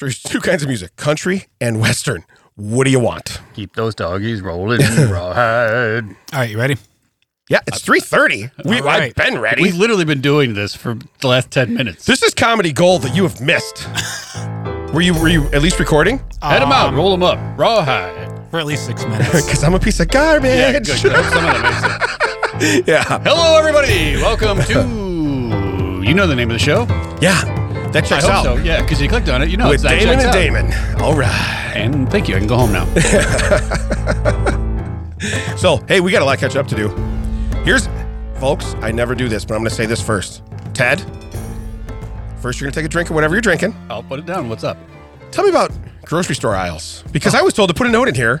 There's two kinds of music country and Western. What do you want? Keep those doggies rolling in the rawhide. All right, you ready? Yeah, it's 3.30. We, All right. I've been ready. We've literally been doing this for the last 10 minutes. this is comedy gold that you have missed. were you were you at least recording? Head them out, roll them up, rawhide. Um, For at least six minutes. Because I'm a piece of garbage. Yeah, good. good. I hope some of that makes sense. yeah. Hello, everybody. Welcome to. You know the name of the show. Yeah. That I checks hope out. so. Yeah, because you clicked on it. You know With it's that Damon checks and out. Damon. All right. And thank you. I can go home now. So, hey, we got a lot of catch up to do. Here's, folks, I never do this, but I'm going to say this first. Ted, first you're going to take a drink of whatever you're drinking. I'll put it down. What's up? Tell me about grocery store aisles Oh. because I was told to put a note in here.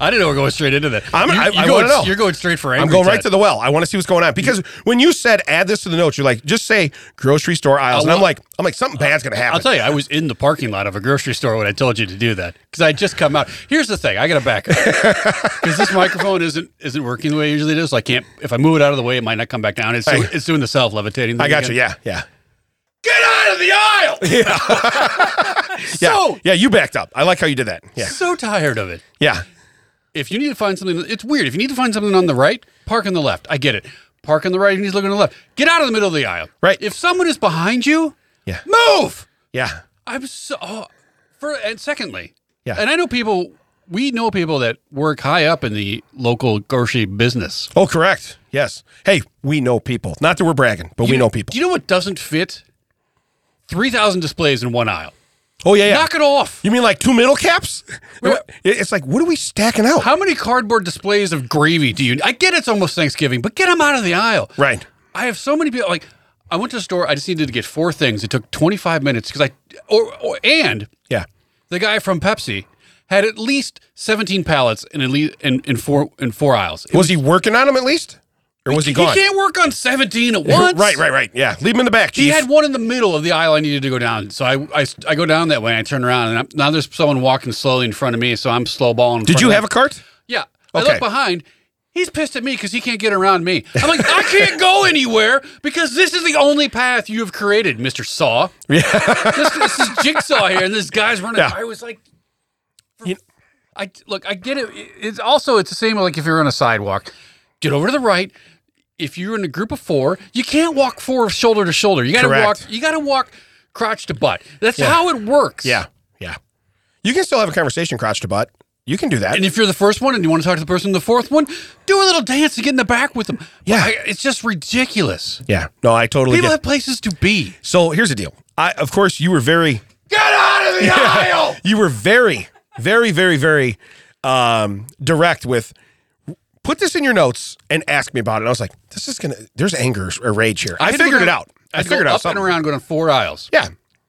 I didn't know we're going straight into that. I'm- you, I- you're I going, wanna know. You're going straight for angry. I'm going right Ted. to the well. I want to see what's going on because when you said add this to the notes, you're like just say grocery store aisles, and I'm wa- like I'm like something bad's going to happen. I'll tell you, I was in the parking lot of a grocery store when I told you to do that because I just come out. Here's the thing: I got to back up because this microphone isn't isn't working the way it usually does. So I can't. If I move it out of the way, it might not come back down. It's Hey. it's doing the self levitating. I got you. Yeah, yeah, Get out of the aisle. yeah, So- yeah. You backed up. I like how you did that. Yeah, So tired of it. yeah. If you need to find something, it's weird. If you need to find something on the right, park on the left. I get it. Park on the right. If you need to look on the left, get out of the middle of the aisle. Right. If someone is behind you, Yeah. move. Yeah. I'm so oh, for and secondly, Yeah. and I know people. We know people that work high up in the local grocery business. Oh, correct. Yes. Hey, we know people. Not that we're bragging, but we know people. Do you know what doesn't fit? Three thousand displays in one aisle. oh yeah, yeah. Knock it off. you mean like two middle caps? Right. It- It's like what are we stacking out? How many cardboard displays of gravy do you? I get it's almost Thanksgiving, but get them out of the aisle. Right. I have so many people. Like, I went to the store. I just needed to get four things. It took twenty five minutes because I or, or and Yeah. the guy from Pepsi had at least seventeen pallets in at least in, in four in four aisles. Was he working on them at least, or was he gone? You can't work on 17 at once. Right, right, right. Yeah, leave him in the back, chief. He had one in the middle of the aisle I needed to go down. So I, I, I go down that way. I turn around and I'm, now there's someone walking slowly in front of me. So I'm slow balling. Did you have a cart? Yeah. I Okay. look behind. He's pissed at me because he can't get around me. I'm like, I can't go anywhere because this is the only path you have created, Mr. Saw. Yeah. this, this is Jigsaw here, and this guy's running. Yeah. I was like, for- You- I look, I get it. It's also it's the same like if you're on a sidewalk, get over to the right. If you're in a group of four, you can't walk four shoulder to shoulder. You got to walk. Correct. You got to walk crotch to butt. That's how it works. Yeah, yeah. You can still have a conversation crotch to butt. You can do that. And if you're the first one and you want to talk to the person in the fourth one, do a little dance to get in the back with them. Yeah. I- it's just ridiculous. yeah. No, I totally People get. have places to be. so here's the deal. I, of course, you were very, Get out of the aisle. you were very, very, very, very um, direct with. Put this in your notes and ask me about it. And I was like, this is gonna. There's anger or rage here. I, had to figured go it down- out. I, had to go figured out up something. and around, going on four aisles. Yeah.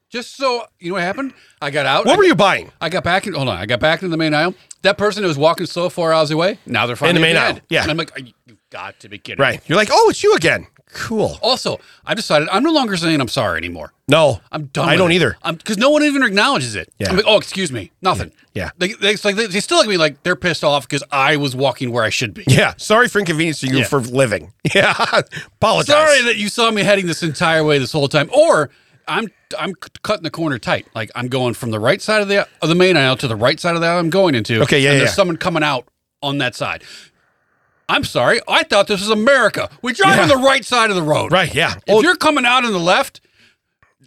Just so you know what happened. I got out. What I, were you buying? I got back. In, hold on. I got back into the main aisle. That person who was walking slow four aisles away. Now they're finally the at main end. aisle. Yeah. And I'm like, "Are you- you've got to be kidding. me." Right. You're like, oh, it's you again. Cool. Also, I decided I'm no longer saying I'm sorry anymore. No, I'm done. I with don't it. either. I'm because no one even acknowledges it. Yeah. I'm like, oh, excuse me, nothing. Yeah. They, they, it's like they, they still look at me like they're pissed off because I was walking where I should be. Yeah. Sorry for inconveniencing you Yeah. for living. Yeah. Apologize. Sorry that you saw me heading this entire way this whole time, or I'm I'm c- cutting the corner tight. Like I'm going from the right side of the of the main aisle to the right side of the aisle I'm going into. Okay, yeah, And yeah, there's yeah. someone coming out on that side. I'm sorry. I thought this was America. We drive on the right side of the road. Right. Yeah. Oh, If you're coming out on the left,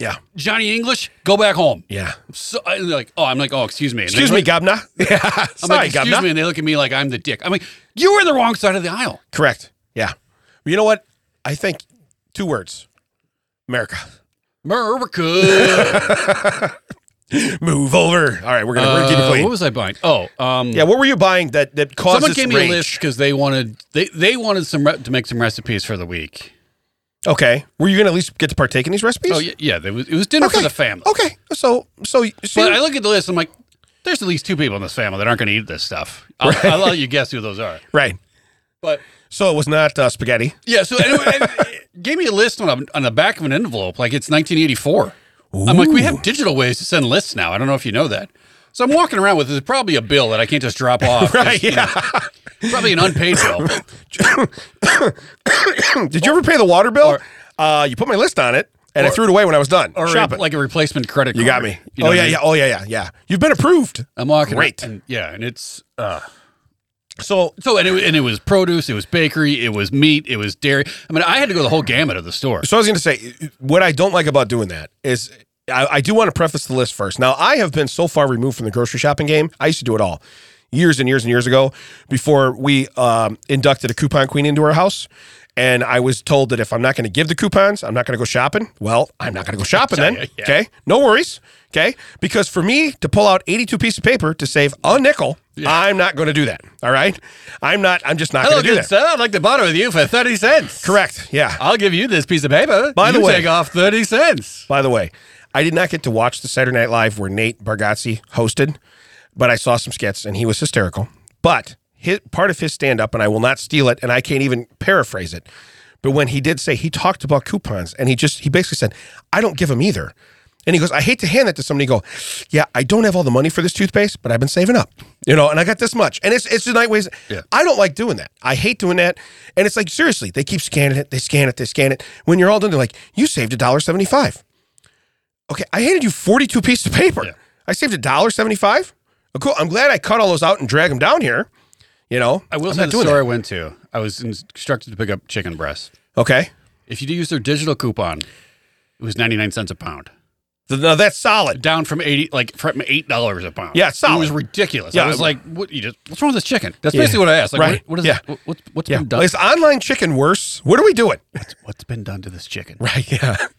yeah. Johnny English, go back home. Yeah. So I, like, oh, I'm like, oh, excuse me. And they Excuse me, look- Gabna. Yeah. I'm Sorry, like, excuse Gabna. me, and they look at me like I'm the dick. I'm like, you were the wrong side of the aisle. Correct. Yeah. You know what? I think two words. America. America. Move over. All right, we're gonna, we're gonna keep it Uh, clean. what was I buying? Oh, um, yeah, what were you buying that that caused someone this gave me rage? a list because they wanted they they wanted some re- to make some recipes for the week. Okay, were you gonna at least get to partake in these recipes? Oh yeah, yeah there was, it was dinner okay. for the family. Okay, so so, so But I look at the list, I'm like, there's at least two people in this family that aren't going to eat this stuff. I'll, I'll let you guess who those are. right. But So it was not uh, spaghetti. Yeah, so anyway, it gave me a list on a, on the back of an envelope, like it's 1984. I'm like, we have digital ways to send lists now. I don't know if you know that. So I'm walking around with there's probably a bill that I can't just drop off. 'cause, Right, you know, probably an unpaid bill. Hmm, Did you ever pay the water bill? uh, you put my list on it, and I throw it away when I was done. Or Shop a- it. like a replacement credit card. you got me. You oh know what I yeah, mean? Um, yeah. Oh yeah, yeah, yeah. You've been approved. I'm walking. Great. And, yeah, and it's uh, So so and it, and it was produce, it was bakery, it was meat, it was dairy. I mean, I had to go the whole gamut of the store. So I was going to say, what I don't like about doing that is I, I do want to preface the list first. Now, I have been so far removed from the grocery shopping game. I used to do it all years and years and years ago before we um, inducted a coupon queen into our house. And I was told that if I'm not going to give the coupons, I'm not going to go shopping. Well, I'm not going to go shopping then. Yeah, yeah. Okay. No worries. Okay. Because for me to pull out 82 pieces of paper to save a nickel, I'm not going to do that. All right. I'm not, I'm just not Hello, going to do good that. sir. I'd like to borrow with you for thirty cents. Correct. Yeah. I'll give you this piece of paper. By the You way- take off thirty cents. By the way, I did not get to watch the Saturday Night Live where Nate Bargatze hosted, but I saw some skits and he was hysterical. But his, part of his stand up, and I will not steal it, and I can't even paraphrase it. But when he did say he talked about coupons, and he just he basically said, "I don't give them either," and he goes, "I hate to hand that to somebody." And go, yeah, I don't have all the money for this toothpaste, but I've been saving up, you know, and I got this much, and it's it's the night ways. Yeah. I don't like doing that. I hate doing that. And it's like, seriously, they keep scanning it, they scan it, they scan it. When you're all done, they're like, you saved a dollar seventy-five. Okay, I handed you 42 pieces of paper. I saved a dollar seventy-five. Oh, cool. I'm glad I cut all those out and drag them down here. You know, I will I'm say not the doing store I went to, I was instructed to pick up chicken breasts. that. Okay, If you do use their digital coupon, it was ninety nine cents a pound, Th- now that's solid. down from eighty like from eight dollars a pound. Yeah, it solid. was ridiculous. Yeah, I was I- like, what? You just what's wrong with this chicken? That's basically what I asked. Like, Right. what, what is Yeah. it? What, what's Yeah, been done? is online chicken worse? What are we doing? what's been done to this chicken? Right. Yeah.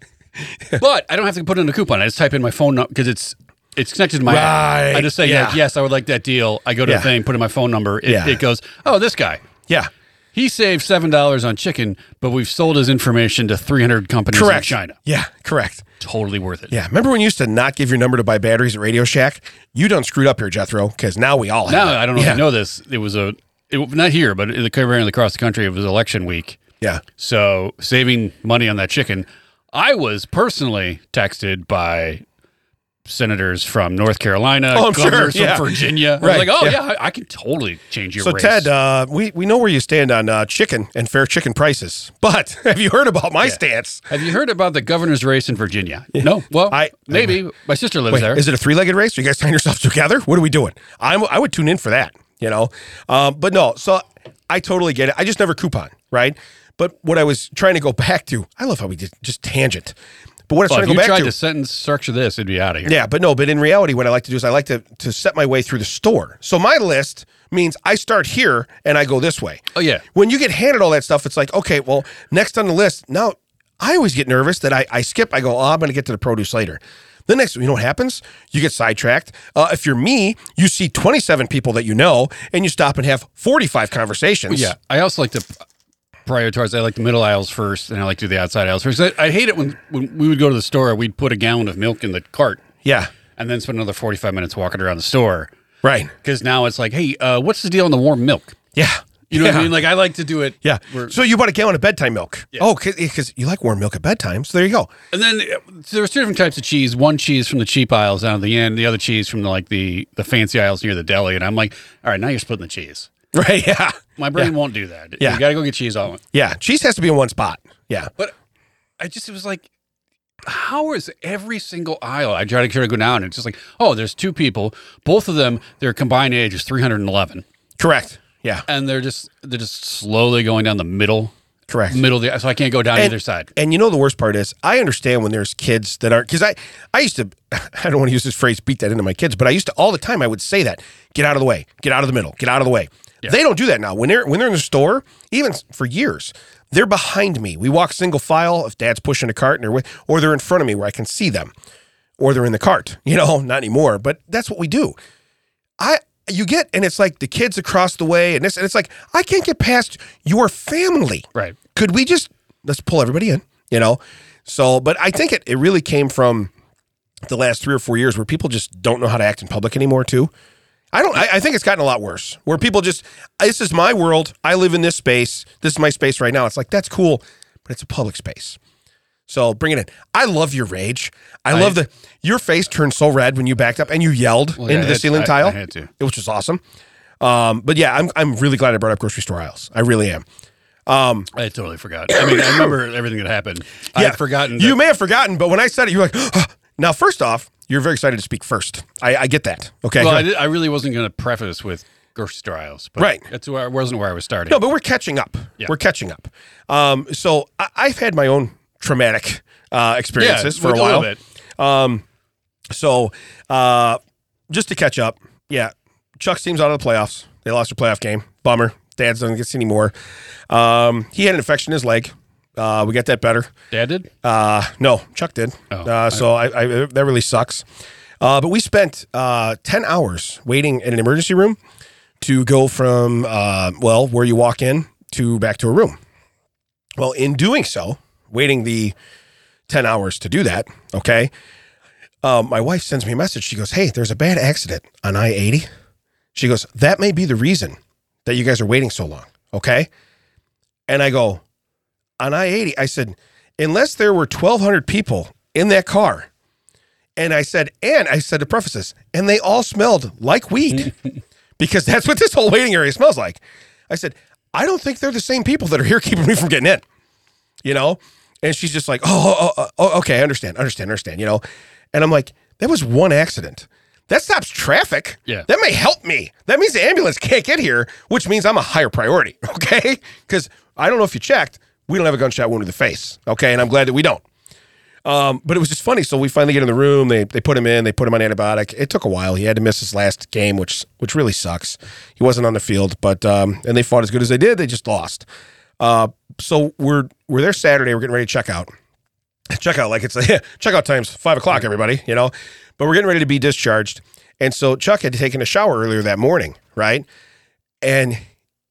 But I don't have to put in a coupon. I just type in my phone number because it's it's connected to my. app. Right, I just say yeah. like, yes, I would like that deal. I go to Yeah. the thing, put in my phone number. It, Yeah. it goes, oh, this guy. Yeah. He saved seven dollars on chicken, but we've sold his information to three hundred companies Correct. in China. Yeah. Correct. Totally worth it. Yeah, remember when you used to not give your number to buy batteries at Radio Shack? You done screwed up here, Jethro, because now we all have Now it. I don't know yeah. if you know this. It was a it, not here, but in the covering across the country. It was election week, Yeah. so saving money on that chicken. I was personally texted by senators from North Carolina, Oh, I'm sure, governors yeah. from Virginia. I Right, was like, oh yeah. yeah, I, I can totally change your So race. Ted, uh, we we know where you stand on uh, chicken and fair chicken prices, but have you heard about my stance? have you heard about the governor's race in Virginia? No. Well, I- maybe my sister lives Wait, there. is it a three-legged race? Are you guys tying yourselves together? What are we doing? I'm I would tune in for that, you know. Um, but no, so I totally get it. I just never coupon, right? But what I was trying to go back to, I love how we did just tangent. But what I was Well, trying if to you go back tried to to sentence structure this, it'd be out of here. Yeah, but no, but in reality, what I like to do is I like to to set my way through the store. So my list means I start here and I go this way. Oh, yeah. When you get handed all that stuff, it's like, okay, well, next on the list. Now I always get nervous that I, I skip. I go, oh, I'm going to get to the produce later. The next, you know what happens? You get sidetracked. Uh, if you're me, you see 27 people that you know, and you stop and have 45 conversations. Yeah, I also like to prioritize. I like the middle aisles first, and I like to do the outside aisles first. I, I hate it when, when we would go to the store, we'd put a gallon of milk in the cart, yeah, and then spend another forty five minutes walking around the store. right. Because now it's like, hey, uh, what's the deal on the warm milk? Yeah, You know what Yeah. I mean? Like I like to do it. Yeah. where- So you bought a gallon of bedtime milk. Oh, because you like warm milk at bedtime. So there you go. and then uh, so there's two different types of cheese. One cheese from the cheap aisles down at the end, the other cheese from the, like the the fancy aisles near the deli. And I'm like, all right, now you're splitting the cheese. Right. Yeah. My brain won't do that. Yeah. you got to go get cheese all. Yeah, cheese has to be in one spot. Yeah. But I just it was like, how is every single aisle? I try to try to go down, and it's just like, oh, there's two people, both of them, their combined age is 311, Correct. Yeah. and they're just they're just slowly going down the middle, Correct. middle of the so I can't go down And- either side. And you know the worst part is I understand when there's kids that aren't because I I used to I don't want to use this phrase beat that into my kids, but I used to all the time I would say that get out of the way, get out of the middle, get out of the way. They don't do that now. When they're when they're in the store, even s- for years, they're behind me. We walk single file if dad's pushing a cart and they're with, or they're in front of me where I can see them, or they're in the cart. You know, not anymore. But that's what we do. I you get and it's like the kids across the way and this and it's like I can't get past your family. Right. Could we just let's pull everybody in, you know? So, but I think it it really came from the last three or four years where people just don't know how to act in public anymore too. I don't I, I think it's gotten a lot worse where people just this is my world. I live in this space. This is my space right now. It's like that's cool, but it's a public space. So bring it in. I love your rage. I, love the your face turned so red when you backed up and you yelled yeah, into I the had- ceiling I- tile I had to. which was awesome. Um, but yeah, I'm I'm really glad I brought up grocery store aisles. I really am. Um, I totally forgot. I mean, I remember everything that happened. I had forgotten. You that- may have forgotten, but when I said it, you're like, now, first off, you're very excited to speak first. I, I get that. Okay. well, I, did, I really wasn't going to preface with Gersh Styles, but Right. That's where wasn't where I was starting. no, but we're catching up. Yeah. We're catching up. Um, so I, I've had my own traumatic uh, experiences for a while. bit. So uh, just to catch up, yeah, Chuck's team's out of the playoffs. They lost their playoff game. Bummer. Dad's doesn't get any more. Um, he had an infection in his leg. Uh, we got that better. Dad did. Uh, no, Chuck did. uh, so I, I, that really sucks. Uh, but we spent uh, 10 hours waiting in an emergency room to go from, uh, well, where you walk in to back to a room. Well, in doing so, waiting the 10 hours to do that, okay, um, my wife sends me a message. She goes, Hey, there's a bad accident on I 80. She goes, That may be the reason that you guys are waiting so long, okay? And I go, on I 80, I said, unless there were 1,200 people in that car, and I said, and I said to preface this, and they all smelled like weed because that's what this whole waiting area smells like. I said, I don't think they're the same people that are here keeping me from getting in, you know? And she's just like, oh, oh, oh, oh okay, I understand, understand, understand, you know? And I'm like, that was one accident. That stops traffic. Yeah. That may help me. That means the ambulance can't get here, which means I'm a higher priority, okay? Because I don't know if you checked, we don't have a gunshot wound to the face, okay? And I'm glad that we don't. Um, but it was just funny. So we finally get in the room. They they put him in. They put him on antibiotic. It took a while. He had to miss his last game, which which really sucks. He wasn't on the field, but um, and they fought as good as they did. They just lost. Uh, so we're we're there Saturday. We're getting ready to check out. Check out like it's like check out times five o'clock. Everybody, you know. But we're getting ready to be discharged, and so Chuck had taken a shower earlier that morning, right? And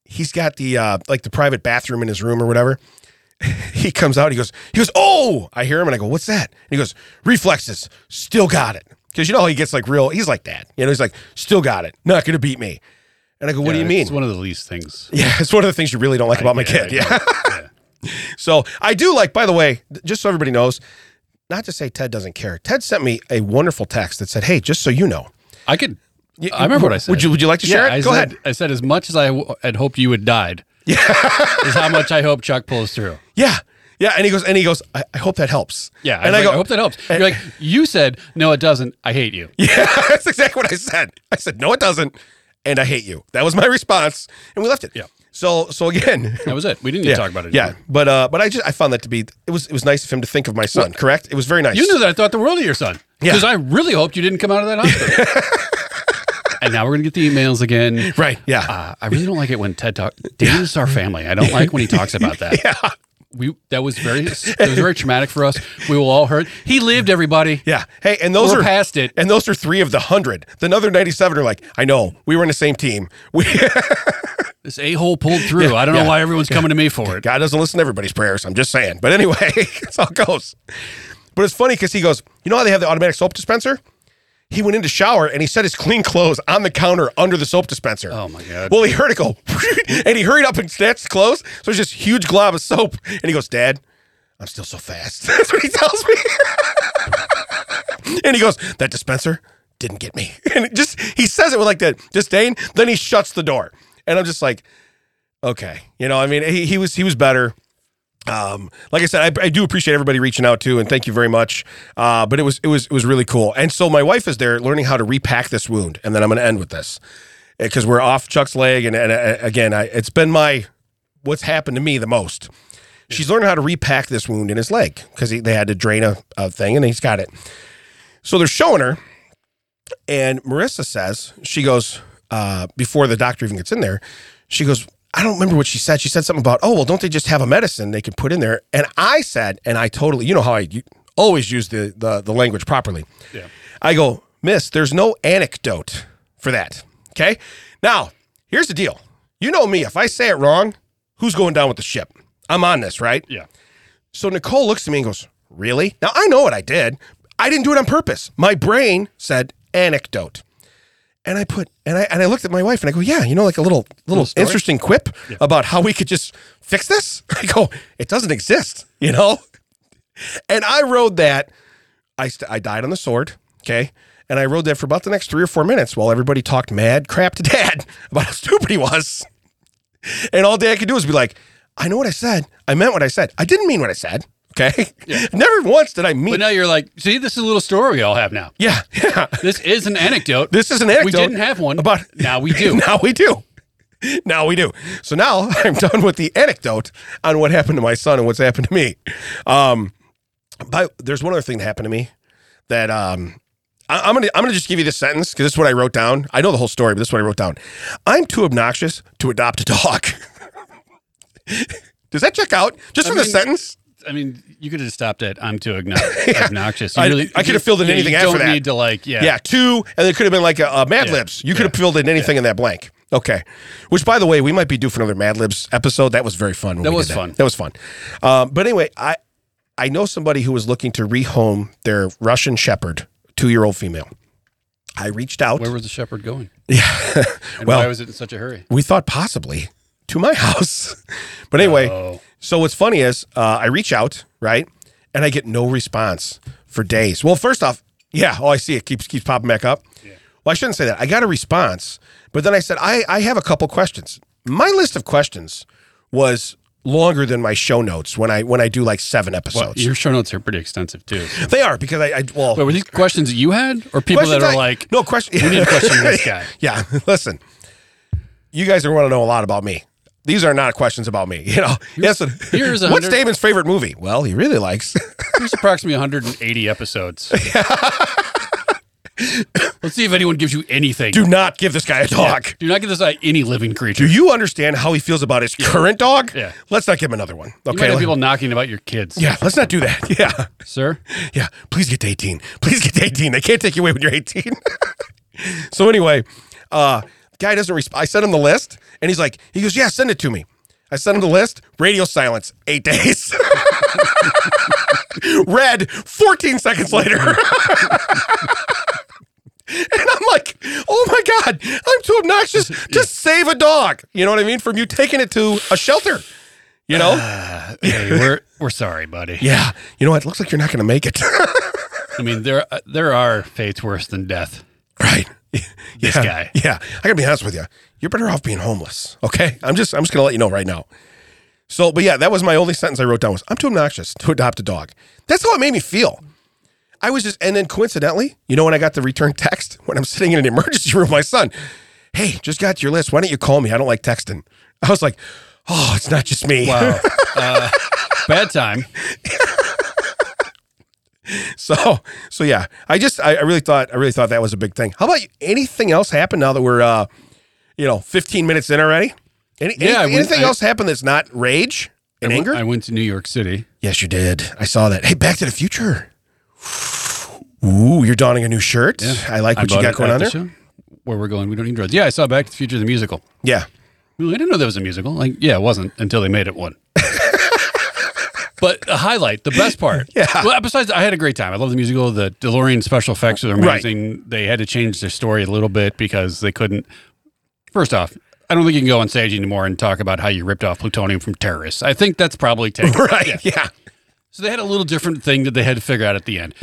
he's got the uh, like the private bathroom in his room or whatever he comes out. He goes, he goes, oh! I hear him, and I go, what's that? And he goes, reflexes, still got it. Because you know how he gets like real. He's like that. You know, he's like, still got it. Not gonna beat me. And I go, what do you mean? Uh, It's one of the least things. yeah, it's one of the things you really don't like about my kid. Yeah. So I do like, by the way, th- just so everybody knows, not to say Ted doesn't care. Ted sent me a wonderful text that said, hey, just so you know. I could. I remember what I said. Would you Would you like to share it? I go said, ahead. I said as much as I w- had hoped you had died. Yeah, is how much I hope Chuck pulls through. Yeah. Yeah. And he goes, and he goes, I, I hope that helps. Yeah, And I, was like, I hope that helps. You're like, you said no, it doesn't. I hate you. Yeah, that's exactly what I said. I said, no, it doesn't. And I hate you. That was my response. And we left it. Yeah. So so again. That was it. We didn't need yeah. to talk about it. Yeah. anymore. But uh but I just I found that to be it was it was nice of him to think of my son, correct? It was very nice. you knew that I thought the world of your son Yeah. because I really hoped you didn't come out of that hospital. and now we're gonna get the emails again. Right. Yeah. Uh, I really don't like it when Ted talk. Dan is our family. I don't like when he talks about that. yeah. We that was very that was very traumatic for us. We will all hurt. He lived. Everybody. Yeah. Hey, and those We're are past it. And those are three of the hundred. The other ninety seven are like, I know, we were in the same team. We This a hole pulled through. I don't yeah, know why everyone's coming to me for it. God doesn't listen to everybody's prayers. I'm just saying. But anyway, that's how it goes. But it's funny because he goes, you know how they have the automatic soap dispenser? He went in to shower and he set his clean clothes on the counter under the soap dispenser. Oh my god. Well, he heard it go, and he hurried up and snatched the clothes. So it's just huge glob of soap, and he goes, "Dad, I'm still so fast." That's what he tells me. and he goes, "That dispenser didn't get me." And it just he says it with like that disdain. Then he shuts the door, and I'm just like, "Okay, you know, I mean, he, he was he was better." Um, like I said, I, I do appreciate everybody reaching out too, and thank you very much. Uh, but it was it was it was really cool. And so my wife is there learning how to repack this wound, and then I'm going to end with this because we're off Chuck's leg, and, and uh, again, I, it's been my what's happened to me the most. She's learning how to repack this wound in his leg because they had to drain a, a thing, and he's got it. So they're showing her, and Marissa says she goes uh, before the doctor even gets in there. She goes, I don't remember what she said. She said something about, oh well, don't they just have a medicine they can put in there? And I said, and I totally, you know how I u- always use the the, the language properly. Yeah. I go, Miss, there's no anecdote for that. Okay. Now, here's the deal. You know me. If I say it wrong, who's going down with the ship? I'm on this, right? Yeah. So Nicole looks at me and goes, Really? Now I know what I did. I didn't do it on purpose. My brain said anecdote. And I put and I and I looked at my wife and I go, Yeah, you know, like a little little, story? interesting quip about how we could just fix this. I go, it doesn't exist, you know? And I rode that. I st- I died on the sword. Okay. And I rode that for about the next three or four minutes while everybody talked mad crap to dad about how stupid he was. And all day I could do was be like, I know what I said. I meant what I said. I didn't mean what I said. Okay. Never once did I But mean. now you're like, see, this is a little story we all have now. yeah. Yeah. This is an anecdote. This is an anecdote. We didn't have one. About now we do. now we do. Now we do. So now I'm done with the anecdote on what happened to my son and what's happened to me. Um, but there's one other thing that happened to me that um, I, am gonna I'm gonna just give you this sentence because this is what I wrote down. I know the whole story, but this is what I wrote down. I'm too obnoxious to adopt a dog. Does that check out just I from the mean, sentence? I mean, you could have stopped at I'm too obnoxious. obnoxious. You I- I could have filled in yeah, anything you after don't that. need to like, yeah. Yeah, two, and it could have been like a, a Mad Yeah. Libs. You could have filled in anything in that blank. Okay, which by the way, we might be due for another Mad Libs episode. That was very fun. when That we did was fun. That was fun. Um, but anyway, I I know somebody who was looking to rehome their Russian Shepherd, two year old female. I reached out. Where was the shepherd going? yeah, And Well- why was it in such a hurry? we thought possibly to my house, but anyway. Oh, So what's funny is uh, I reach out, right, and I get no response for days. Well, first off, yeah, oh, I see it keeps keeps popping back up. Well, I shouldn't say that. I got a response, but then I said I I have a couple questions. My list of questions was longer than my show notes when I when I do like seven well, episodes. your show notes are pretty extensive too. they are because I, I well Wait, were these questions that you had, or people that questions are I- like, no question. we need to question this guy? Yeah, listen. You guys are want to know a lot about me. These are not questions about me. You know, yes. here's a What's hundred- Damon's favorite movie? Well, he really likes. There's approximately 180 episodes. Let's see if anyone gives you anything. Do not give this guy a dog. Do not give this guy any living creature. Do you understand how he feels about his current dog? Yeah. Let's not give him another one. you might Okay. have let- people knocking about your kids, yeah, let's not do that. Yeah. sir. Yeah. Please get to 18. Please get to 18. They can't take you away when you're 18. so anyway, uh guy doesn't respond. I sent him the list and he's like, he goes, Yeah, send it to me. I sent him the list, radio silence, eight days. Red, 14 seconds later. and I'm like, oh my God, I'm too obnoxious to save a dog. You know what I mean? From you taking it to a shelter. You know? Hey, we're we're sorry, buddy. yeah. You know what? Looks like you're not gonna make it. I mean, there uh, there are fates worse than death. Right. This yeah. guy. Yeah. I gotta be honest with you. You're better off being homeless. Okay. I'm just I'm just gonna let you know right now. So, but yeah, that was my only sentence I wrote down was I'm too obnoxious to adopt a dog. That's how it made me feel. I was just and then coincidentally, you know when I got the return text when I'm sitting in an emergency room with my son, hey, just got your list. Why don't you call me? I don't like texting. I was like, oh, it's not just me. Wow. uh, bad time. So so yeah, I just I, I really thought I really thought that was a big thing. How about you? anything else happen now that we're uh you know 15 minutes in already? Any, anything, Yeah, I went- anything I- else happen that's not rage and I went- anger? I went to New York City. yes, you did. I saw that. Hey, Back to the Future. Ooh, you're donning a new shirt. I like what I you bought got it going at on the there. show. Where we're going, we don't need drugs. Yeah, I saw Back to the Future the musical. Yeah. Well, I didn't know there was a musical. Like, yeah, it wasn't until they made it one. but the highlight, the best part. Yeah. Well, besides, I had a great time. I love the musical. The DeLorean special effects are amazing. They had to change their story a little bit because they couldn't. First off, I don't think you can go on stage anymore and talk about how you ripped off plutonium from terrorists. I think that's probably taken. Right. Yeah. Yeah. Yeah. So they had a little different thing that they had to figure out at the end.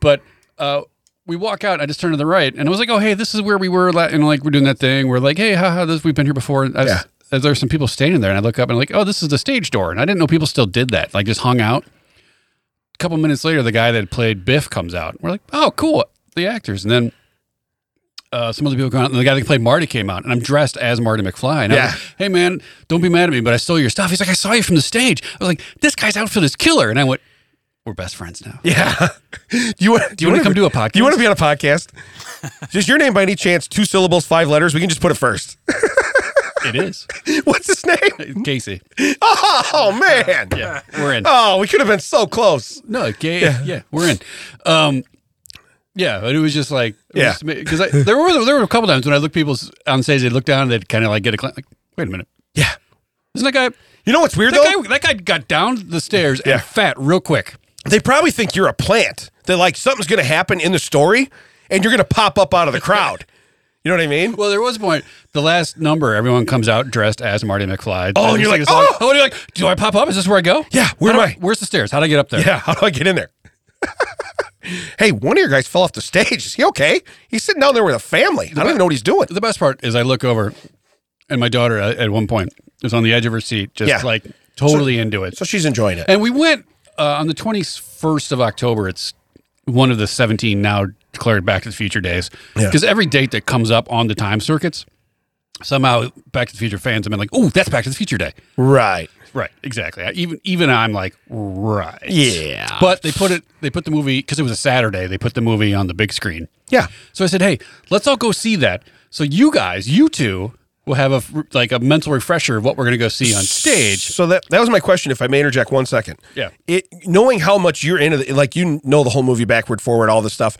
But uh, we walk out. I just turn to the right, and I was like, "Oh, hey, this is where we were." la- And like we're doing that thing. We're like, "Hey, haha, this we've been here before." And I was- Yeah. and There's some people standing there, and I look up and I'm like, "Oh, this is the stage door." And I didn't know people still did that. Like just hung out. A couple minutes later, the guy that played Biff comes out. We're like, "Oh, cool, the actors." And then. Uh, some other people come out, and the guy that played Marty came out, and I'm dressed as Marty McFly. And I Yeah. was like, hey man, don't be mad at me, but I stole your stuff. He's like, I saw you from the stage. I was like, this guy's outfit is killer. And I went, we're best friends now. Yeah. do you want Do you want to come do a podcast? Do you want to be on a podcast? Is your name by any chance two syllables, five letters? We can just put it first. It is. What's his name? Casey. Oh man. Yeah, we're in. Oh, we could have been so close. No, gay. Yeah. we're in. Um, yeah, but it was just like Yeah. because there were there were a couple times when I looked people on stage, they looked down, they'd kind of like get a glance, like, wait a minute, Yeah. isn't that guy You know what's weird that though? guy that guy got down the stairs Yeah. and fat real quick? they probably think you're a plant. That like something's gonna happen in the story and you're gonna pop up out of the crowd. you know what I mean? Well, there was a point. The last number, everyone comes out dressed as Marty McFly. Oh, They you're like, sing a song. "Oh!" and you're like, do I pop up? Is this where I go? Yeah, where How am do- I? Where's the stairs? How do I get up there? Yeah, how do I get in there? hey, one of your guys fell off the stage. Is he okay? He's sitting down there with a family. I don't even know what he's doing. the best part is I look over, and my daughter uh, at one point is on the edge of her seat, just Yeah. like totally into it. So she's enjoying it. And we went uh, on the 21st of October. It's one of the 17 now declared Back to the Future days. Yeah. Because every date that comes up on the time circuits, somehow Back to the Future fans have been like, oh, that's Back to the Future day. Right. Right, exactly. I, even even I'm like, right. Yeah. But they put it they put the movie because it was a Saturday, they put the movie on the big screen. Yeah. So I said, "Hey, let's all go see that." So you guys, you two will have a f- like a mental refresher of what we're going to go see on stage. So that that was my question. If I may interject one second, Yeah. It knowing how much you're into, the, like you know the whole movie backward, forward, all this stuff.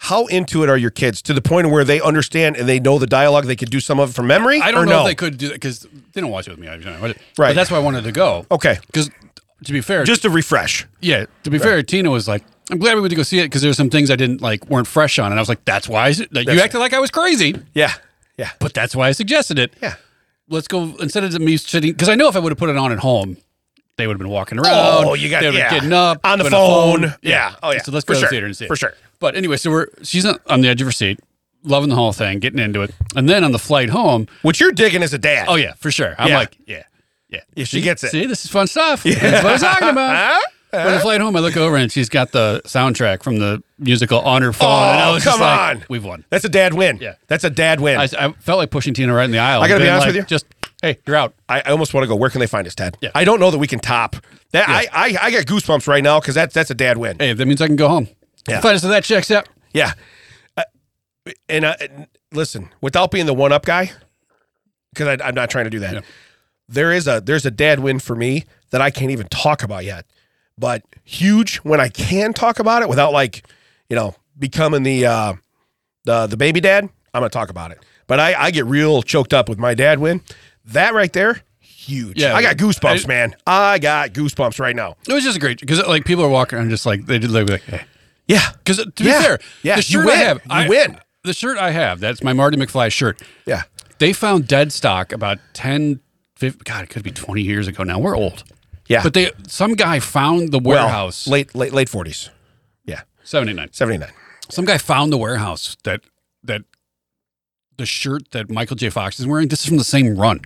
How into it are your kids to the point where they understand and they know the dialogue? They could do some of it from memory. I or don't know no? if they could do that cuz they don't watch it with me. I don't know. Right. Right. But that's why I wanted to go. Okay, Cuz to be fair, just to refresh. yeah, to be fair, Tina was like, "I'm glad we went to go see it because there's some things I didn't like weren't fresh on." And I was like, "That's why I, s- like, you acted like I was crazy, Yeah, yeah, but that's why I suggested it." yeah. let's go instead of me sitting because I know if I would have put it on at home, they would have been walking around. Oh, you got- they would've been yeah. getting up On the been on phone. Yeah. Oh, yeah. So let's For go to sure. the theater and see it For sure. But anyway, so we're she's on- on the edge of her seat, loving the whole thing, getting into it, and then on the flight home, What you're digging as a dad. oh yeah, for sure. I'm Yeah. like, yeah, yeah, Yeah, she gets it. Ah. See, this is fun stuff. That's what I'm talking about. On the flight home, I look over and she's got the soundtrack from the musical on her phone. and I Oh, was just come like, on. we've won. That's a dad win. Yeah. That's a dad win. I, I, I felt like pushing Tina right in the aisle. I gotta be being honest like, with you. Just hey, you're out. I almost want to go. Where can they find us, Dad? Yeah. I don't know that we can top that. I, I I got goosebumps right now because that's that's a dad win. hey, that means I can go home. Yeah. Find us if that checks out. Yeah. Uh, and uh, listen, without being the one up guy, because I'm not trying to do that. Yeah. There is a there's a dad win for me that I can't even talk about yet, but huge when I can talk about it without like, you know, becoming the uh, the the baby dad. I'm gonna talk about it, but I I get real choked up with my dad win. That right there, huge. Yeah. I got goosebumps, I- man. I got goosebumps right now. It was just great because like people are walking around just like they did like Yeah, because to be Yeah. fair, Yeah, the you shirt I win. have, You I win. The shirt I have, that's my Marty McFly shirt. yeah. They found dead stock about 10, 15, God, it could be twenty years ago. Now we're old. Yeah. but they some guy found the Well, warehouse late late late 40s. Yeah, seventy nine. 79. Some guy found the warehouse that that the shirt that Michael J. Fox is wearing. This is from the same run.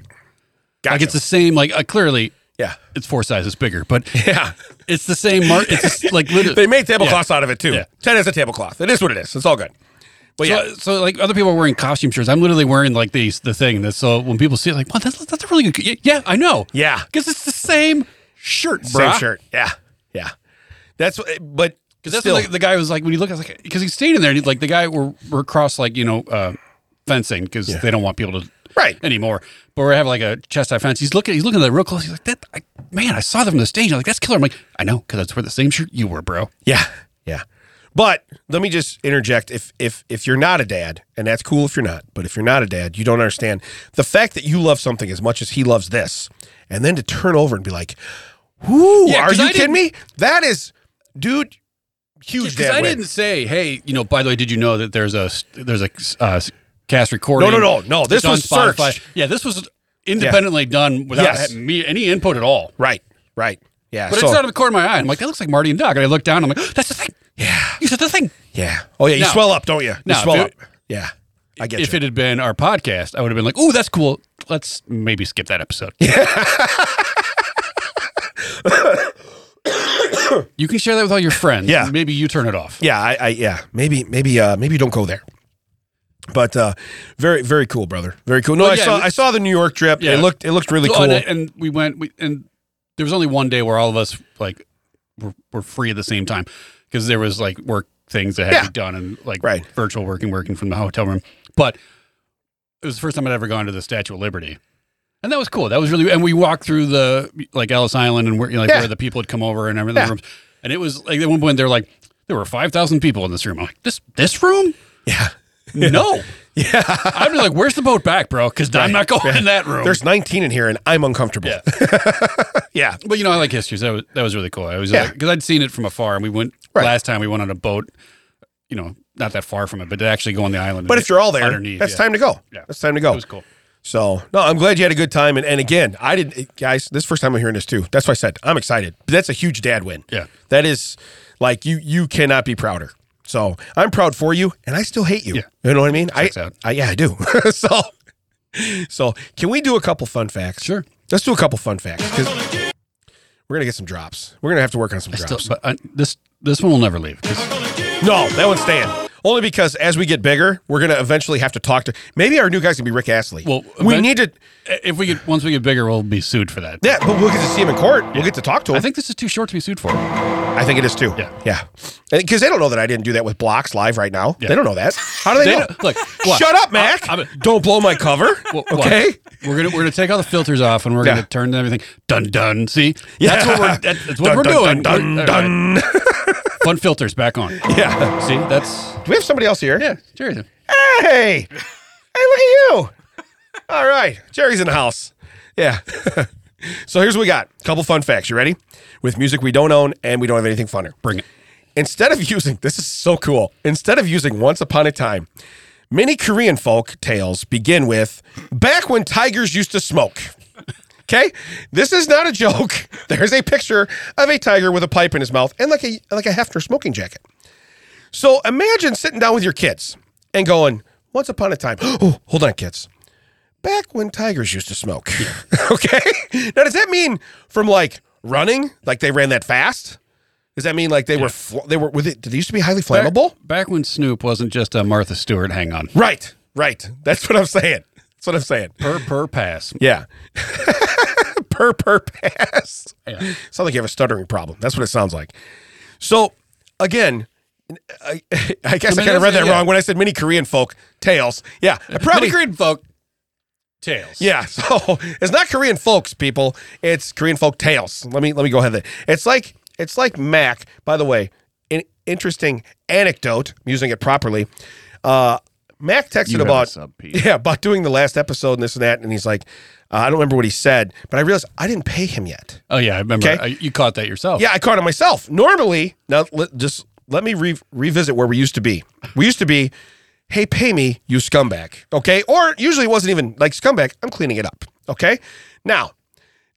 Gotcha. Like it's the same. Like uh, clearly, yeah. it's four sizes bigger, but Yeah. it's the same. Mar- it's just, like literally. They made tablecloths out of it too. Yeah. Ted is a tablecloth. It is what it is. It's all good. But so, yeah, so like other people are wearing costume shirts. I'm literally wearing like these the thing that so when people see it, like, wow, that's that's a really good. co- Yeah, I know. Yeah. because it's the same shirt, same bruh. shirt. Yeah, yeah. That's what- but Because that's still, what the, the guy was like when he looked. I was like, because he stayed in there. And he, like the guy we're we're across like you know uh, fencing because they don't want people to Right. anymore. But we're having like a chest high fence. He's looking. He's looking at that real close. He's like, that I, man, I saw that from the stage. I'm like, that's killer. I'm like, I know because that's where the same shirt you were, bro. yeah, yeah. But let me just interject. If if if you're not a dad, and that's cool if you're not, but if you're not a dad, you don't understand the fact that you love something as much as he loves this, and then to turn over and be like, "Whoo, Yeah, are 'cause you I kidding me? That is, dude, huge Because dad I win." didn't say, hey, you know, by the way, did you know that there's a there's a uh, cast recording? No, no, no, no. This It's on was Spotify. searched. Yeah, this was independently done without Yes. ha- me any input at all. Right, right. Yeah. But so- it's not a corner of my eye. I'm like, that looks like Marty and Doc. And I look down. I'm like, that's the thing. yeah, You said the thing. yeah. Oh yeah, you Now- swell up, don't you? You now, if swell it- up. Yeah, I get you. If it had been our podcast, I would have been like, oh, that's cool. Let's maybe skip that episode. you can share that with all your friends. Yeah. Maybe you turn it off. yeah, I, I yeah, maybe maybe uh maybe don't go there. But uh very very cool, brother. Very cool. No, Well, I yeah, saw we- I saw the New York trip. Yeah. It looked it looked really So, cool. And, and we went, we, and there was only one day where all of us like were, were free at the same time because there was like work things that had Yeah. to be done and like Right. virtual working, working from the hotel room. But it was the first time I'd ever gone to the Statue of Liberty. And that was cool. That was really, and we walked through the like Ellis Island and where, you know, like Yeah. where the people had come over and everything. Yeah. Rooms. And it was like at one point they're like, there were five thousand people in this room. I'm like, this this room? yeah. No. Yeah. I'm just like, where's the boat back, bro? Because I'm not going in that room. There's 19 in here and I'm uncomfortable. Yeah. But you know, I like histories. That was, that was really cool. I was Yeah. because I'd seen it from afar, and we went Right. last time. We went on a boat, you know, not that far from it, but to actually go on the island. But if you're all there, underneath, that's yeah. time to go. Yeah. That's time to go. It was cool. So, no, I'm glad you had a good time and, and again, I didn't guys, this is the first time I'm hearing this too. That's why I said I'm excited. That's a huge dad win. Yeah. That is like you you cannot be prouder. So, I'm proud for you and I still hate you. You know what I mean? I, Checks out. I yeah, I do. so So, can we do a couple fun facts? Sure. Let's do a couple fun facts. 'cause- We're gonna get some drops. We're gonna have to work on some Still, drops. but I, this this one will never leave. This- no, that one's staying. Only because as we get bigger, we're gonna eventually have to talk to. Maybe our new guy's gonna be Rick Astley. Well, we event- need to. if we get once we get bigger, we'll be sued for that. Yeah, but we'll get to see him in court. We'll get to talk to him. I think this is too short to be sued for. I think it is too. Yeah. yeah. Because they don't know that I didn't do that with blocks live right now. They don't know that. How do they, They know? don't- look, what? shut up, Mac. I- I'm a- don't blow my cover. Well, what? okay. we're gonna we're gonna take all the filters off and we're Yeah. gonna turn everything dun dun. See, Yeah. that's what we're that- that's what Dun, we're dun, doing. dun, We're- all dun, dun. right. Fun filters back on. Yeah. See, that's Do we have somebody else here? yeah, Jerry. Hey. Hey, look at you. All right. Jerry's in the house. Yeah. so here's what we got. couple fun facts. You ready? With music we don't own and we don't have anything funner. Bring it. Instead of using, this is so cool. Instead of using Once Upon a Time, many Korean folk tales begin with back when tigers used to smoke. Okay? This is not a joke. There's a picture of a tiger with a pipe in his mouth and like a like a Hefner smoking jacket. So imagine sitting down with your kids and going, Once upon a time, oh, hold on, kids. Back when tigers used to smoke. okay? Now, does that mean from like running, like they ran that fast? Does that mean like they were fl- they were with it? They used to be highly Back, flammable. back when Snoop wasn't just a Martha Stewart. Hang on. Right, right. That's what I'm saying. That's what I'm saying. Per per pass. Yeah. per per pass. Yeah. Sounds like you have a stuttering problem. That's what it sounds like. So again, I, I guess I, mean, kind of read that's- that yeah. wong when I said many Korean folk tales. Yeah, I probably. Korean folk tales. Yeah, so it's not Korean folks, people. It's Korean folk tales. Let me let me go ahead. There. It's like it's like Mac. By the way, an interesting anecdote. I'm using it properly. Uh, Mac texted have about a sub, Pete. yeah about doing the last episode and this and that, and he's like, uh, I don't remember what he said, but I realized I didn't pay him yet. Oh yeah, I remember. Okay. I, you caught that yourself. Yeah, I caught it myself. Normally, now let, just let me re- revisit where we used to be. We used to be, hey, pay me, you scumbag. Okay. Or usually it wasn't even like scumbag. I'm cleaning it up. Okay. Now,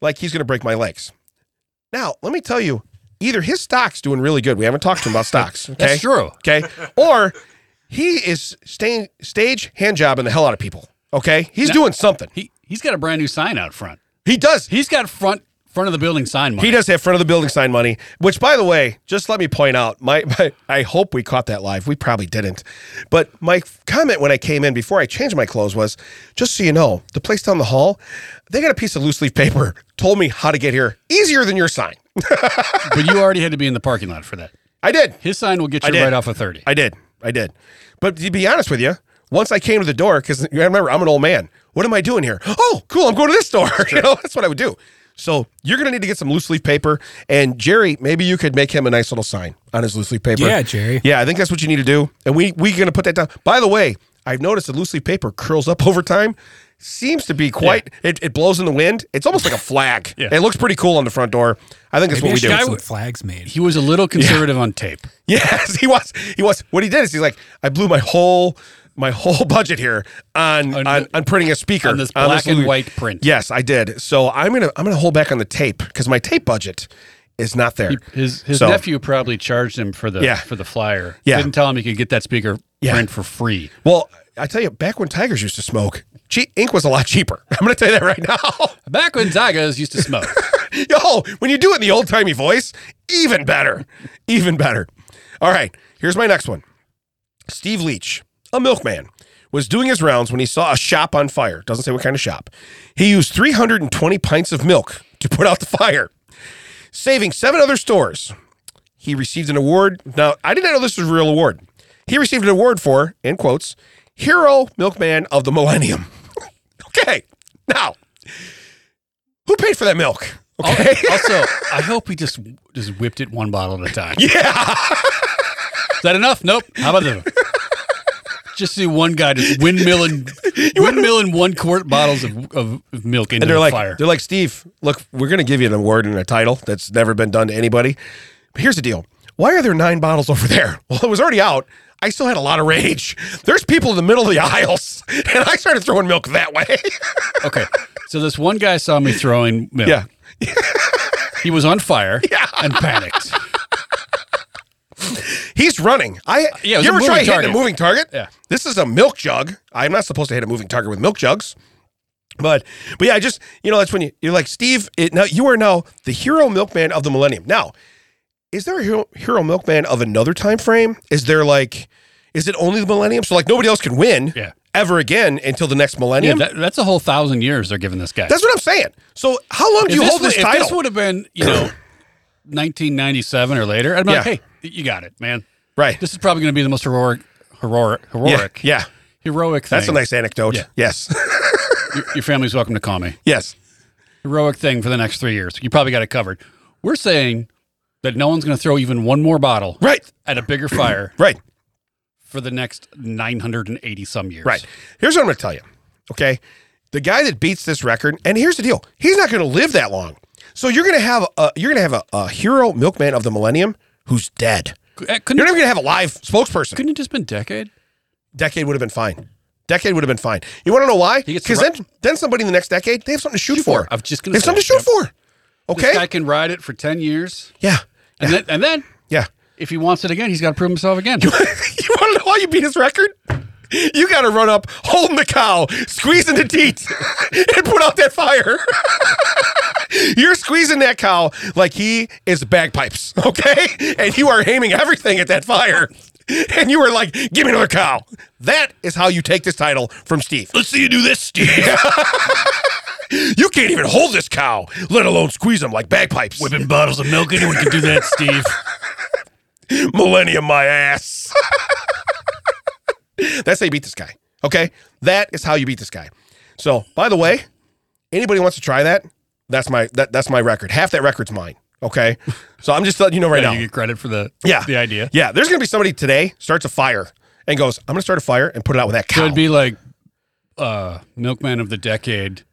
like he's going to break my legs. Now, let me tell you, either his stock's doing really good. We haven't talked to him about stocks. Okay. That's true. Okay. Or he is staying stage hand jobbing the hell out of people. Okay. He's doing something. He he's got a brand new sign out front. He does. He's got front front of the building sign money. He does have front of the building sign money, which, by the way, just let me point out. My, my I hope we caught that live. We probably didn't, but my f- comment when I came in before I changed my clothes was, just so you know, the place down the hall, they got a piece of loose leaf paper. Told me how to get here easier than your sign. but you already had to be in the parking lot for that. I did. His sign will get you did. right off of thirty. I did. I did. But to be honest with you, once I came to the door, because remember, I'm an old man. What am I doing here? Oh, cool. I'm going to this store. you know, that's what I would do. So you're going to need to get some loose leaf paper. And Jerry, maybe you could make him a nice little sign on his loose leaf paper. Yeah, Jerry. Yeah, I think that's what you need to do. And we we going to put that down. By the way, I've noticed that loose leaf paper curls up over time. Seems to be quite. It, it blows in the wind. It's almost like a flag. Yeah. It looks pretty cool on the front door. I think that's Maybe what I we should do. get some flags made. He was a little conservative on tape. Yes, he was. He was. What he did is he's like, I blew my whole my whole budget here on on, On on, the- printing a speaker on this black and little- white print. Yes, I did. So I'm gonna I'm gonna hold back on the tape because my tape budget is not there. His his So- nephew probably charged him for the Yeah. for the flyer. Yeah. Didn't tell him he could get that speaker Yeah. print for free. Well, I tell you, back when tigers used to smoke, cheap, ink was a lot cheaper. I'm gonna tell you that right now. Back when Zygas used to smoke. Yo, when you do it in the old timey voice, even better. Even better. All right, here's my next one. Steve Leach, a milkman, was doing his rounds when he saw a shop on fire. Doesn't say what kind of shop. He used 320 pints of milk to put out the fire, saving seven other stores. He received an award. Now, I did not know this was a real award. He received an award for, in quotes, Hero Milkman of the Millennium. okay, now, who paid for that milk? Oh, Okay. also, I hope he just just whipped it one bottle at a time. Yeah. Is that enough? Nope. How about the just see one guy just windmilling windmilling one quart bottles of, of of milk into And they're the like, fire. they're like, Steve, look, we're going to give you an award and a title that's never been done to anybody. But here's the deal. Why are there nine bottles over there? Well, it was already out. I still had a lot of rage. There's people in the middle of the aisles, and I started throwing milk that way. Okay. So this one guy saw me throwing milk. yeah. He was on fire and panicked. He's running. I Uh, Yeah, it was you a ever moving try hitting a target. moving target? Yeah. This is a milk jug. I'm not supposed to hit a moving target with milk jugs. But but yeah, I just you know that's when you, you're like Steve. It, now you are now the hero milkman of the millennium. Now, is there a hero, hero milkman of another time frame? Is there like, is it only the millennium? So like nobody else can win Yeah. ever again until the next Yeah, millennium. that, that's a whole thousand years they're giving this guy. that's what I'm saying. So how long do If you this hold would- this if title? this would have been, you know, 1997 or later, I'd be like, Yeah. hey, you got it, man. right. This is probably going to be the most heroic, heroic, Yeah. heroic, yeah. heroic thing. That's a nice anecdote. Yeah. Yes. Your, your family's welcome to call me. yes. Heroic thing for the next three years. You probably got it covered. We're saying that no one's going to throw even one more bottle Right. at a bigger fire Right. for the next 980 some years. Right. Here's what I'm going to tell you. Okay. The guy that beats this record, and here's the deal: he's not going to live that long. So you're going to have a you're going to have a, a hero milkman of the millennium who's dead. C- eh, You're Couldn't, never going to have a live spokesperson. couldn't it just been decade? Decade would have been fine. Decade would have been fine. You want to know why? He gets Because to then, then somebody in the next decade they have something to shoot for. I'm just going They have something to shoot for. This guy Okay. can ride it for 10 years. Yeah. And then, and then Yeah. if he wants it again, he's got to prove himself again. you want to know why you beat his record? You got to run up, holding the cow, squeezing the teat, and put out that fire. You're squeezing that cow like he is bagpipes, okay? And you are aiming everything at that fire. And you are like, give me another cow. That is how you take this title from Steve. Let's see you do this, Steve. you can't even hold this cow, let alone squeeze him like bagpipes. Whipping bottles of milk, anyone can do that, Steve. Millennium, my ass. That's how you beat this guy. Okay. That is how you beat this guy. So, by the way, anybody wants to try that? That's my that, that's my record. Half that record's mine. Okay. So I'm just letting you know right Yeah, now. You get credit for the Yeah. the idea. Yeah. There's gonna be somebody today starts a fire and goes, I'm gonna start a fire and put it out with that cow. Could be like uh, Milkman of the Decade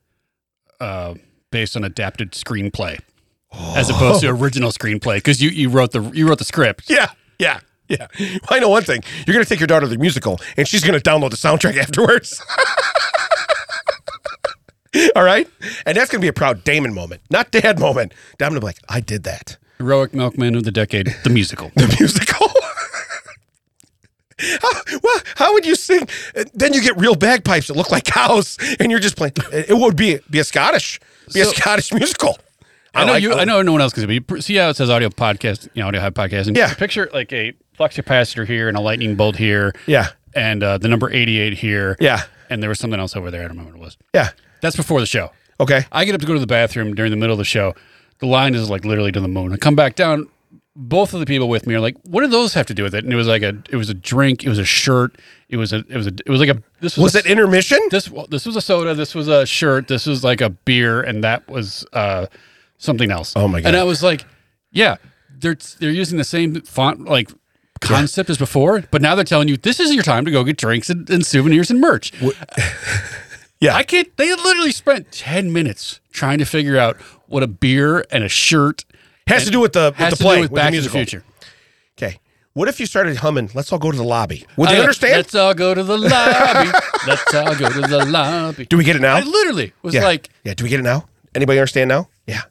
uh, based on adapted screenplay. As Oh. opposed to original screenplay, because you, you wrote the you wrote the script. Yeah. Yeah. Yeah. Well, I know one thing. You're gonna take your daughter to the musical and she's gonna download the soundtrack afterwards. All right. And that's gonna be a proud Damon moment, not dad moment. Damon will be like, I did that. Heroic Milkman of the Decade, the musical. the musical. how, well, how would you sing? Uh, Then you get real bagpipes that look like cows, and you're just playing. It it would be be a Scottish, be So- a Scottish musical. I know like- you. I know no one else can. But you pr- see how it says audio podcast, you know, audio high podcast. And Yeah. Picture like a flux capacitor here and a lightning bolt here. Yeah. And uh, the number eighty-eight here. Yeah. And there was something else over there. I don't remember what it was. Yeah. That's before the show. Okay. I get up to go to the bathroom during the middle of the show. The line is like literally to the moon. I come back down. Both of the people with me are like, "What do those have to do with it?" And it was like a, it was a drink, it was a shirt, it was a, it was a, it was like a. This Was was, a- it intermission? this well, this was a soda, this was a shirt, this was like a beer, and that was uh, something else. Oh my God. And I was like, yeah, they're they're using the same font like concept as before, but now they're telling you this is your time to go get drinks and, and souvenirs and merch. Yeah. I can't. They literally spent ten minutes trying to figure out what a beer and a shirt Has to do with the with has the to play do with with Back the to the musical. Future. Okay. What if you started humming? Let's all go to the lobby. Would I they know. understand? Let's all go to the lobby. Let's all go to the lobby. Do we get it now? I literally was yeah. like, yeah. Do we get it now? Anybody understand now? Yeah.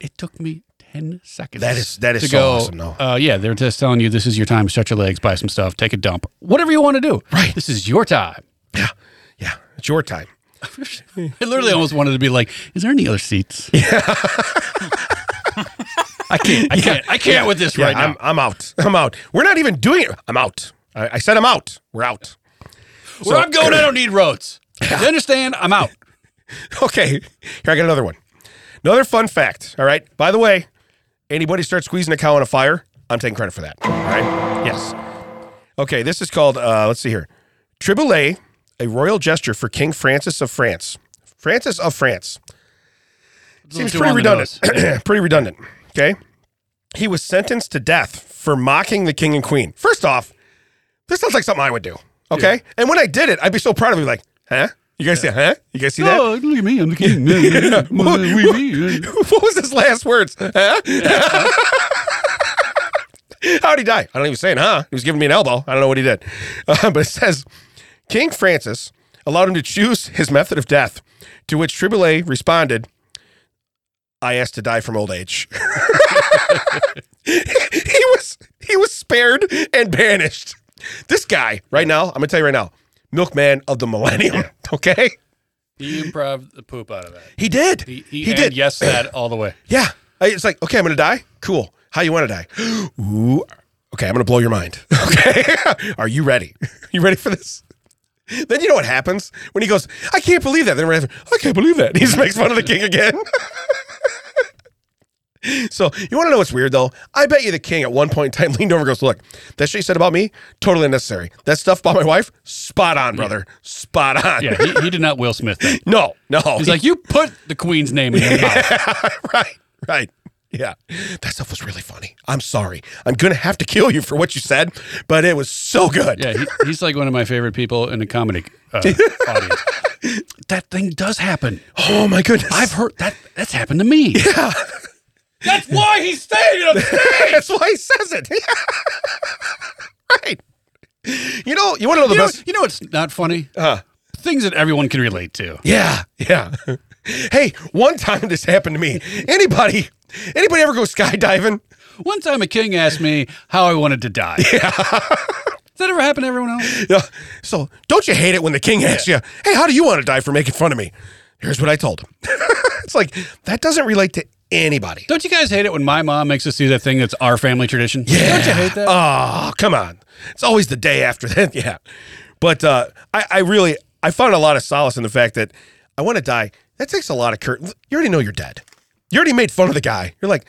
it took me 10 seconds. That is- that is to so go, awesome, though. Uh, yeah, they're just telling you this is your time. Stretch your legs, buy some stuff, take a dump, whatever you want to do. Right. This is your time. Yeah. Yeah. It's your time. I literally almost wanted to be like, is there any other seats? Yeah. I can't. I can't. I can't with this Yeah, right I'm, now. I'm out. I'm out. We're not even doing it. I'm out. I, I said I'm out. We're out. Where I'm going, I don't need roads. You understand? I'm out. Okay. Here, I got another one. Another fun fact. All right. By the way, anybody start squeezing a cow on a fire, I'm taking credit for that. All right. Yes. Okay. This is called, uh, let's see here. Triboulet, a royal gesture for King Francis of France. Francis of France. Seems Too pretty on the redundant. nose. pretty redundant. Okay. He was sentenced to death for mocking the king and queen. First off, this sounds like something I would do. Okay. And when I did it, I'd be so proud of me, like, huh? You guys see, huh? You guys see that? Oh, look at me. I'm the king. We- we- what was his last words? Huh? How'd he die? I don't even say it, huh? He was giving me an elbow. I don't know what he did. Uh, but it says King Francis allowed him to choose his method of death, to which Triboulet responded, I asked to die from old age. he was he was spared and banished. This guy right now, I'm gonna tell you right now, milkman of the millennium. Okay, He improv the poop out of that. He did. He, he, He and did. Yes, that all the way. Yeah. I- It's like, okay, I'm going to die. Cool. How you want to die? Ooh. Okay, I'm going to blow your mind. Okay. Are you ready? You ready for this? Then you know what happens when he goes, I can't believe that. Then we're having, I can't believe that. He just makes fun of the king again. so you want to know what's weird though? I bet you the king at one point in time leaned over and goes, Look, that shit you said about me, totally unnecessary. That stuff about my wife, spot on, brother. Spot on. Yeah, he, he did not Will Smith that. No, no. He's like, you put the queen's name in your mouth. right, right. Yeah. That stuff was really funny. I'm sorry. I'm going to have to kill you for what you said, but it was so good. Yeah, he, he's like one of my favorite people in the comedy uh, audience. That thing does happen. Oh, my goodness. I've heard that. That's happened to me. Yeah. That's why he's staying up That's why he says it. right. You know, you want to know the You know, best? you know what's not funny? Uh, Things that everyone can relate to. yeah, yeah. hey, one time this happened to me. Anybody, anybody ever go skydiving? One time a king asked me how I wanted to die. Does that ever happen to everyone else? Yeah. So don't you hate it when the king asks you, hey, how do you want to die for making fun of me? Here's what I told him. it's like, that doesn't relate to anybody. Don't you guys hate it when my mom makes us do that thing that's our family tradition? Yeah. Don't you hate that? Oh, come on. It's always the day after that. yeah. But uh, I, I really, I found a lot of solace in the fact that I want to die. That takes a lot of courage. You already know you're dead. You already made fun of the guy. You're like,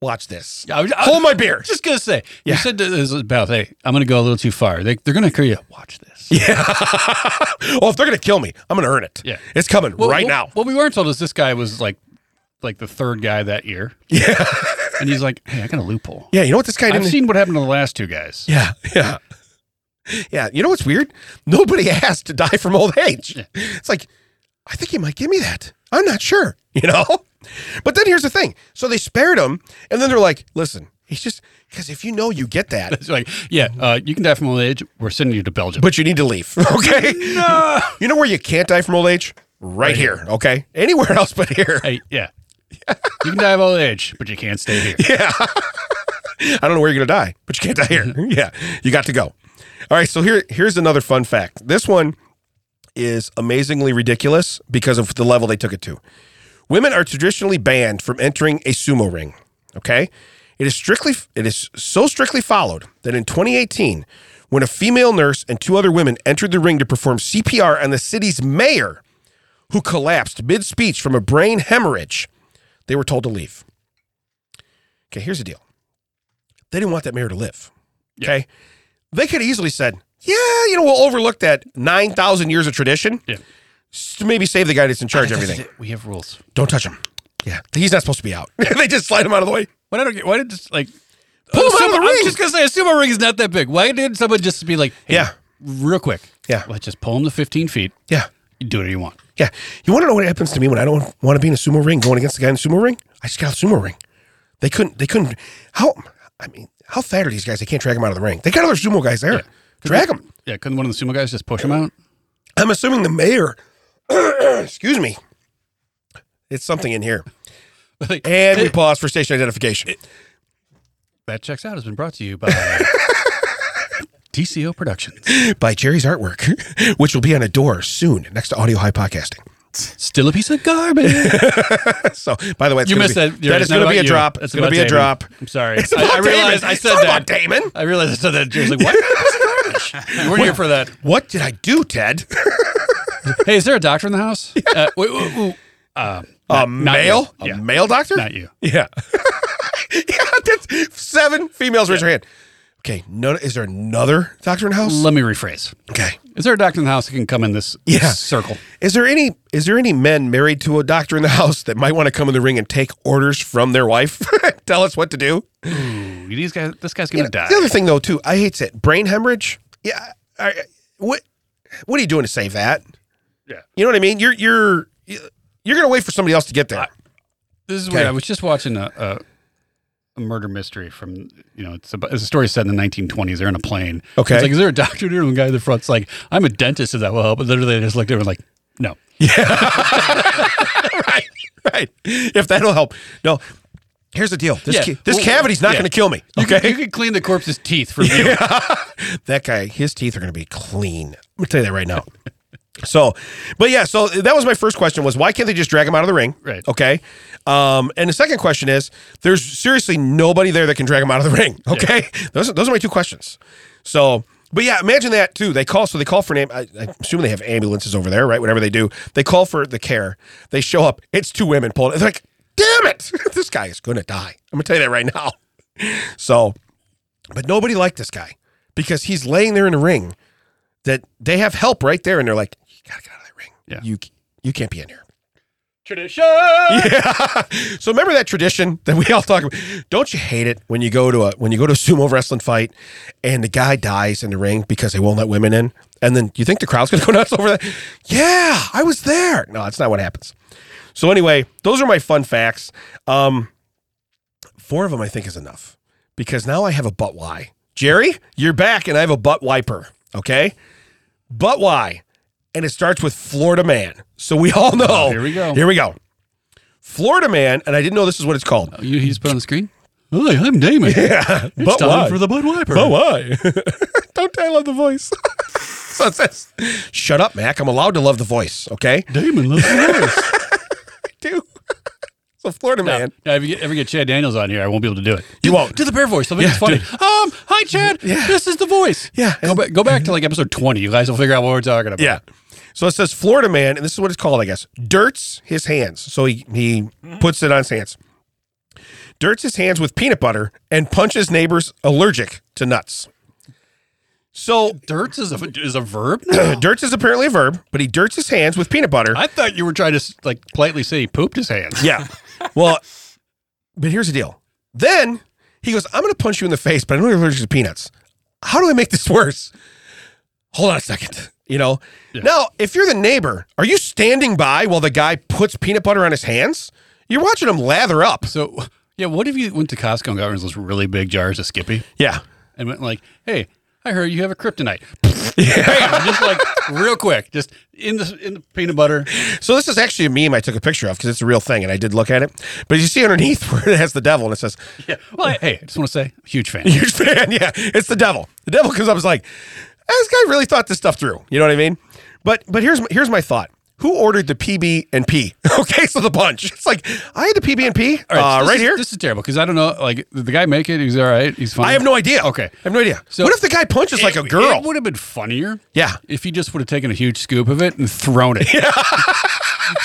watch this. I was- I- Hold my beer. just gonna say, Yeah. you said to Isabel, "Hey, I'm gonna go a little too far. They, they're gonna kill you. Watch this." Yeah. oh, if they're going to kill me, I'm going to earn it. Yeah. It's coming Well, right what- now. What we weren't told is this guy was like, like the third guy that year, Yeah. and he's like, "Hey, I got a loophole. Yeah. You know what this guy I've didn't? seen what happened to the last two guys. Yeah, yeah. Yeah, you know what's weird? Nobody asked to die from old age. It's like, I think he might give me that. I'm not sure, you know? But then here's the thing. So they spared him, and then they're like, listen, he's just, because if you know you get that, It's like, yeah, uh, you can die from old age. We're sending you to Belgium. but you need to leave, okay? No. You know where you can't die from old age? Right, here, okay? Anywhere else but here. hey, yeah, you can die of old age, but you can't stay here. Yeah. I don't know where you're gonna die, but you can't die here. yeah, you got to go. All right, so here here's another fun fact. This one is amazingly ridiculous because of the level they took it to. Women are traditionally banned from entering a sumo ring. Okay, it is strictly it is so strictly followed that in 2018, when a female nurse and two other women entered the ring to perform CPR on the city's mayor, who collapsed mid speech from a brain hemorrhage, they were told to leave. Okay, here's the deal. They didn't want that mayor to live. Okay. They could have easily said, yeah, you know, we'll overlook that 9,000 years of tradition. Yeah. S- Maybe save the guy that's in charge of everything. We have rules. Don't touch him. Yeah. He's not supposed to be out. they just slide him out of the way. What I don't get. Why did just like Pull him out of Assume- the ring! I'm just gonna say, a sumo ring is not that big. Why did someone just be like, hey, Yeah. real quick, Yeah. let's just pull him to 15 feet. Yeah. You do whatever you want. Yeah. You want to know what happens to me when I don't want to be in a sumo ring going against the guy in the sumo ring? I just got out of the sumo ring. They couldn't, they couldn't, how, I mean, how fat are these guys? They can't drag him out of the ring. They got other sumo guys there. Drag him. Yeah, couldn't one of the sumo guys just push him out? I'm assuming the mayor, excuse me, it's something in here. Like, And we pause for station identification. that checks out has been brought to you by TCO Productions. By Jerry's artwork, which will be on a door soon next to Audio High Podcasting. Still a piece of garbage. So, by the way, it's you gonna missed be, that. Jerry. That It's is going to be not about a you. drop. It's It's going to about be a Damon. drop. I'm sorry. It's about I, I realized Damon. I It's said not that. about Damon. I realized I said that. Jerry's like, what? you were here for that. What did I do, Ted? Hey, is there a doctor in the house? Uh, wait, wait, wait. Um, A not male? you. A Yeah. male doctor? not you. Yeah. yeah, that's seven females raise their hand. Okay, no, is there another doctor in the house? Let me rephrase. Okay. Is there a doctor in the house that can come in this Yeah. circle? Is there any is there any men married to a doctor in the house that might want to come in the ring and take orders from their wife? Tell us what to do. Ooh, these guys, this guy's gonna die. The other thing though too, I hate it. Brain hemorrhage. Yeah. I, I- what what are you doing to save that? Yeah. You know what I mean? You're you're you're gonna wait for somebody else to get there. This is Okay. weird. I was just watching a, a a murder mystery from you know it's a, it's a story set in the 1920s. They're in a plane. Okay. It's like is there a doctor there? And the guy in the front's like, I'm a dentist. If that will help. But literally, they just looked over and like, no. right. Right. If that'll help. No. Here's the deal. This Yeah. ca- this Well, cavity's not yeah. gonna kill me. You Okay. Can, you can clean the corpse's teeth for me. that guy, his teeth are going to be clean. I'm going to tell you that right now. So, but yeah, so that was my first question was why can't they just drag him out of the ring? Right. Okay. Um, and the second question is there's seriously nobody there that can drag him out of the ring. Okay. Those, are- those are my two questions. So, but yeah, imagine that too. They call, so they call for an, am- I, I assume they have ambulances over there, right? Whatever they do, they call for the care. They show up. It's two women pulling. It's like, damn it. this guy is going to die. I'm going to tell you that right now. So, but nobody liked this guy because he's laying there in a ring that they have help right there, and they're like, "You gotta get out of that ring. Yeah. You you can't be in here." Tradition. Yeah. so remember that tradition that we all talk about. Don't you hate it when you go to a when you go to a sumo wrestling fight and the guy dies in the ring because they won't let women in, and then you think the crowd's gonna go nuts over that? Yeah, I was there. No, that's not what happens. So anyway, those are my fun facts. Um, four of them I think is enough because now I have a butt why. Jerry, you're back, and I have a butt wiper. Okay, butt why, and it starts with Florida man. So we all know. Oh, here we go. Here we go. Florida man, and I didn't know this is what it's called. You, he just put on the screen. Hi, I'm Damon. Yeah, It's but time why? for the Bud Wiper. but why? Don't I love the voice? so it says, "Shut up, Mac. I'm allowed to love the voice." Okay, Damon loves the I do. so Florida now, man. now, if you get, ever get Chad Daniels on here, I won't be able to do it. You Do- won't. do the bear voice. They'll make it funny. Um, hi Chad. This is the voice. Yeah. Go back. Go back to like episode twenty. You guys will figure out what we're talking about. Yeah. So it says Florida man, and this is what it's called, I guess. Dirts his hands. So he, he puts it on his hands. Dirts his hands with peanut butter and punches neighbors allergic to nuts. So Dirts is a is a verb. dirts is apparently a verb, but he dirts his hands with peanut butter. I thought you were trying to like politely say he pooped his hands. yeah. Well, but here's the deal. Then he goes, I'm going to punch you in the face, but I know you're allergic to peanuts. How do I make this worse? Hold on a second. You know, now if you're the neighbor, are you standing by while the guy puts peanut butter on his hands? You're watching him lather up. So yeah, what if you went to Costco and got one of those really big jars of Skippy Yeah. and went like, "Hey, I heard you have a kryptonite." Bam, just like real quick, just in the in the peanut butter. So this is actually a meme I took a picture of because it's a real thing and I did look at it. But you see underneath where it has the devil and it says, Yeah. Well, hey, I just want to say, huge fan. huge fan. Yeah, it's the devil. The devil comes up and is like, this guy really thought this stuff through. You know what I mean? But but here's my, here's my thought. Who ordered the PB and P? Okay, so the bunch. It's like I had the PB and P All so uh, this right is- here. This is terrible because I don't know. Like, did the guy make it? He's all right. He's fine. I have no idea. Okay. I have no idea. So- what if the guy punches like a girl? It would have been funnier. Yeah. If he just would have taken a huge scoop of it and thrown it.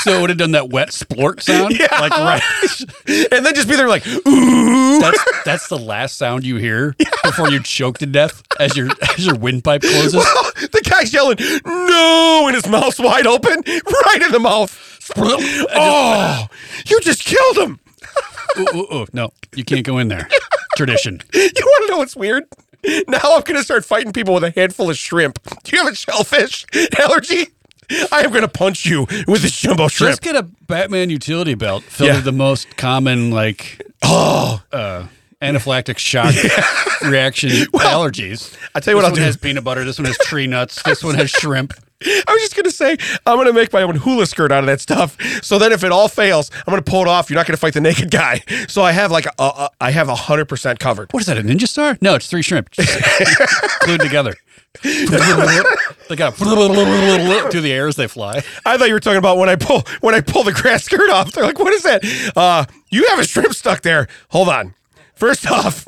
so it would have done that wet splort sound. Yeah. Like, right. and then just be there like, ooh. That's that's the last sound you hear before you choke to death as your as your windpipe closes. the guy's yelling, no, and his mouth's wide open, right in the mouth. oh, you just killed him. ooh, ooh, ooh. No, you can't go in there. Tradition. You want to know what's weird? Now I'm going to start fighting people with a handful of shrimp. Do you have a shellfish allergy? I am going to punch you with this jumbo shrimp. Just get a Batman utility belt filled Yeah. with the most common like Oh, uh, anaphylactic shock reaction allergies. I tell you what this I'll one do. has peanut butter. This one has tree nuts. This one has shrimp. I was just going to say, I'm going to make my own hula skirt out of that stuff. So then if it all fails, I'm going to pull it off. You're not going to fight the naked guy. So I have like, a, a, a, I have 100% covered. What is that? A ninja star? No, it's three shrimp Just glued together. they got through the air as they fly. I thought you were talking about when I pull when I pull the grass skirt off. They're like, what is that? Uh, you have a shrimp stuck there. Hold on. First off,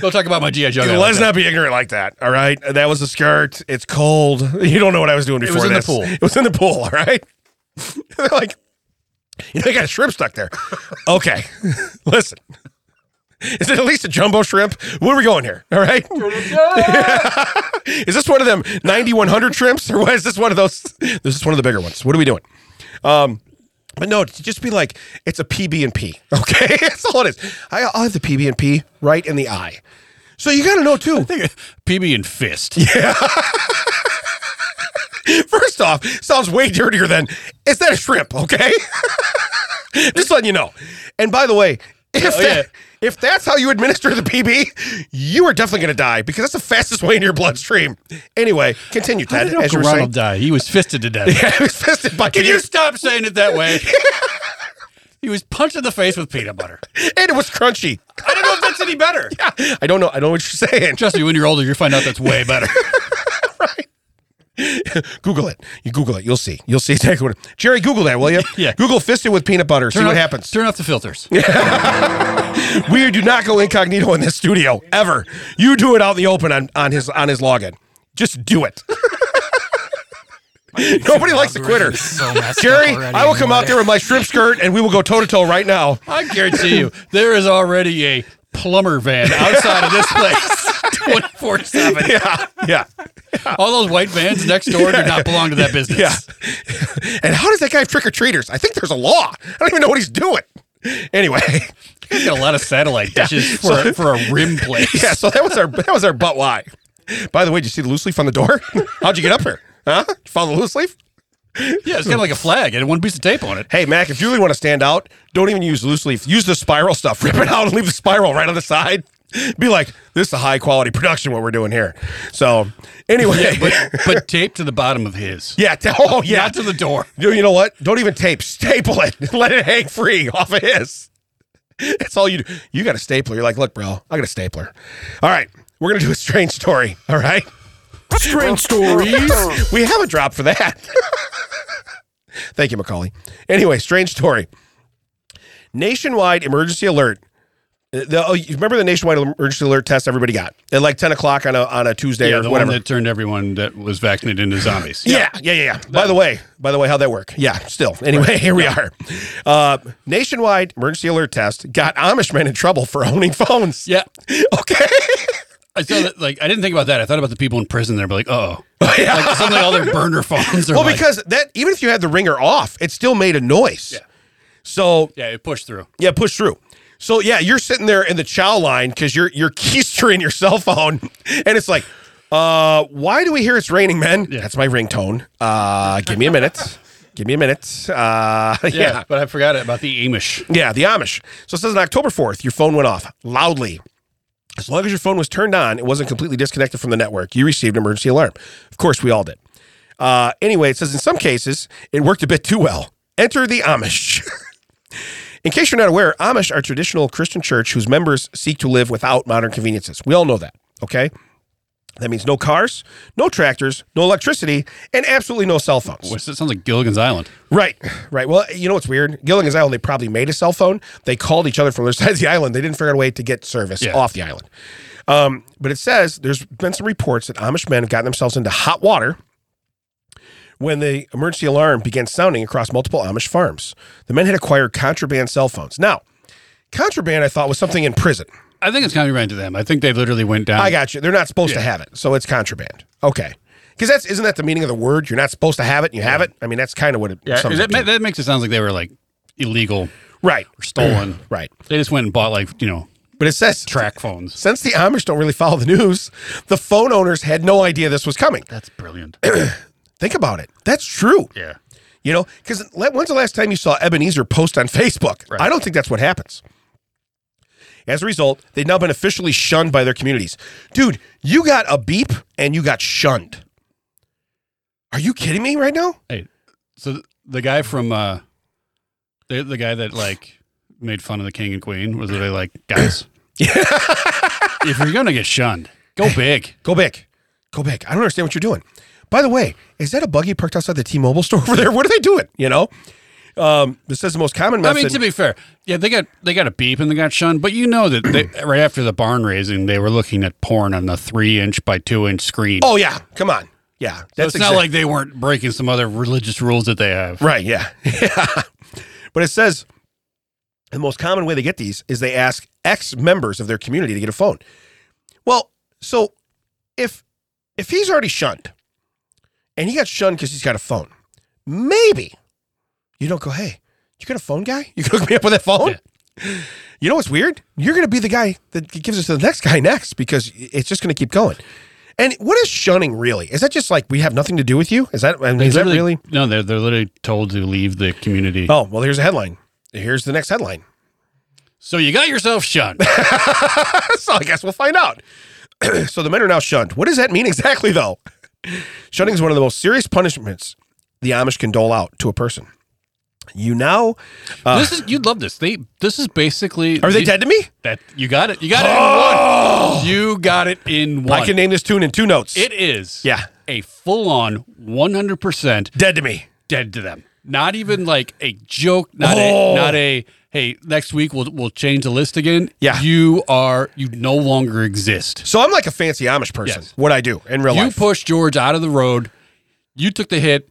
Don't talk about my GI Joe. guy like Let's that. not be ignorant like that. All right. That was a skirt. It's cold. You don't know what I was doing before was in the this. pool. It was in the pool. All right. They're like, you know, you got a shrimp stuck there. okay. Listen. Is it at least a jumbo shrimp? Where are we going here? All right. is this one of them 9100 shrimps or what is this one of those? This is one of the bigger ones. What are we doing? Um, But no, to just be like, it's a PB and P. Okay, that's all it is. I, I'll have the PB and P right in the eye. So you got to know too. PB and fist. First off, sounds way dirtier than is that a shrimp? Okay, just letting you know. And by the way, if Oh, that, if that's how you administer the PB, you are definitely going to die because that's the fastest way into your bloodstream. Anyway, continue, I Ted. didn't know as you were Corrado saying, died. He was fisted to death. I was fisted by Can you stop saying it that way? he was punched in the face with peanut butter. and it was crunchy. I don't know if that's any better. I don't know. I don't know what you're saying. Trust me, when you're older, you'll find out that's way better. Google it. You Google it. You'll see. You'll see exactly what. Jerry, Google that, will you? Yeah. Google fisted with peanut butter. see Turn what off- happens. Turn off the filters. We do not go incognito in this studio ever. You do it out in the open on, on his on his login. Just do it. Nobody likes a quitter. Algorithm's so messed up Jerry, already I will come anyway. out there with my shrimp skirt and we will go toe to toe right now. I guarantee you, there is already a plumber van outside of this place 24 7. Yeah, yeah, All those white vans next door do not belong to that business. yeah. And how does that guy have trick or treaters? I think there's a law. I don't even know what he's doing. Anyway, He's got a lot of satellite dishes for, So- for a rim place. yeah. So that was our that was our butt why. By the way, did you see the loose leaf on the door? How'd you get up here? Huh? Did you follow the loose leaf? Yeah, it's kind of like a flag. It had one piece of tape on it. Hey, Mac, if you really want to stand out, don't even use loose leaf. Use the spiral stuff. Rip it out and leave the spiral right on the side. Be like, this is a high quality production, what we're doing here. So, anyway. Yeah. But, but tape to the bottom of his. t- oh, yeah. Not to the door. You you know what? Don't even tape. Staple it. Let it hang free off of his. That's all you do. You got a stapler. You're like, look, bro, I got a stapler. All right. We're going to do a strange story. All right. Strange stories. we have a drop for that. Thank you, Macaulay. Anyway, strange story. Nationwide emergency alert. Uh, The, oh, you remember the nationwide emergency alert test everybody got at like 10 o'clock on a, on a Tuesday Yeah, or the whatever. one that turned everyone that was vaccinated into zombies. Yeah, yeah, yeah. yeah. By the way, by the way, how'd that work? Yeah, still. Anyway, here we are. Uh, nationwide emergency alert test got Amish men in trouble for owning phones. Yeah. Okay. I saw that, like, I didn't think about that. I thought about the people in prison. They're like, oh. Yeah. Like, suddenly all their burner phones are well, like- because that even if you had the ringer off, it still made a noise. Yeah. So Yeah, it pushed through. yeah, push through. So yeah, you're sitting there in the chow line because you're you're keystering your cell phone, and it's like, uh, why do we hear it's raining, men? That's my ringtone. Uh, give me a minute. give me a minute. Uh, yeah. but I forgot about the Amish. Yeah, the Amish. So it says on October 4th, your phone went off loudly. As long as your phone was turned on, it wasn't completely disconnected from the network. You received an emergency alarm. Of course, we all did. Uh, anyway, it says in some cases, it worked a bit too well. Enter the Amish. in case you're not aware, Amish are a traditional Christian church whose members seek to live without modern conveniences. We all know that, okay? That means no cars, no tractors, no electricity, and absolutely no cell phones. Which that sounds like Gilligan's Island. Right, right. Well, you know what's weird? Gilligan's Island, they probably made a cell phone. They called each other from their side of the island. They didn't figure out a way to get service Yeah. off the island. Um, but it says there's been some reports that Amish men have gotten themselves into hot water when the emergency alarm began sounding across multiple Amish farms. The men had acquired contraband cell phones. Now, contraband, I thought, was something in prison. I think it's contraband to them. I think they literally went down. I got you. They're not supposed to Yeah. have it, so it's contraband. Okay. Because that's isn't that the meaning of the word? You're not supposed to have it, and you have it. I mean, that's kind of what it Yeah, sums that, up to. ma- that makes it sound like they were like illegal right, or stolen. right. They just went and bought like you know But it says track phones. Since the Amish don't really follow the news, the phone owners had no idea this was coming. That's brilliant. Think about it. That's true. Yeah. You know, because when's the last time you saw Ebenezer post on Facebook? I don't think that's what happens. As a result, they've now been officially shunned by their communities. Dude, you got a beep and you got shunned. Are you kidding me right now? Hey, so th- the guy from uh, the the guy that like made fun of the king and queen was really like guys. if you're gonna get shunned, go big. Go back. Go back. I don't understand what you're doing. By the way, is that a buggy parked outside the T-Mobile store over there? What are they doing? You know, um, this is the most common I method. mean, to be fair, yeah, they got they got a beep and they got shunned, but you know that they, right after the barn raising, they were looking at porn on the three inch by two inch screen. Oh yeah, come on. Yeah, So it's exact- not like they weren't breaking some other religious rules that they have. right. Yeah, yeah. But it says the most common way they get these is they ask ex members of their community to get a phone. Well, so if if he's already shunned, and he got shunned because he's got a phone, maybe you don't go, hey, you got a phone guy? You can hook me up with that phone. You know what's weird? You're going to be the guy that gives us to the next guy next because it's just going to keep going. And what is shunning really? Is that just like we have nothing to do with you? Is that I mean, is that really? No, they're they're literally told to leave the community. Oh well, here's a headline. Here's the next headline. So you got yourself shunned. So I guess we'll find out. so the men are now shunned. What does that mean exactly, though? Shunning is one of the most serious punishments the Amish can dole out to a person. You now this is you'd love this. They this is basically Ah. are they you- dead Oh! to me? That you got it. You got it in one. You got it in one. I can name this tune in two notes. it is yeah, a full on 100% Dead to me. dead to them. Not even like a joke, not a Oh. not a hey, next week we'll we'll change the list again. Yeah. You are you no longer exist. So I'm like a fancy Amish person. Yes. What I do in real You life. pushed George out of the road. You took the hit.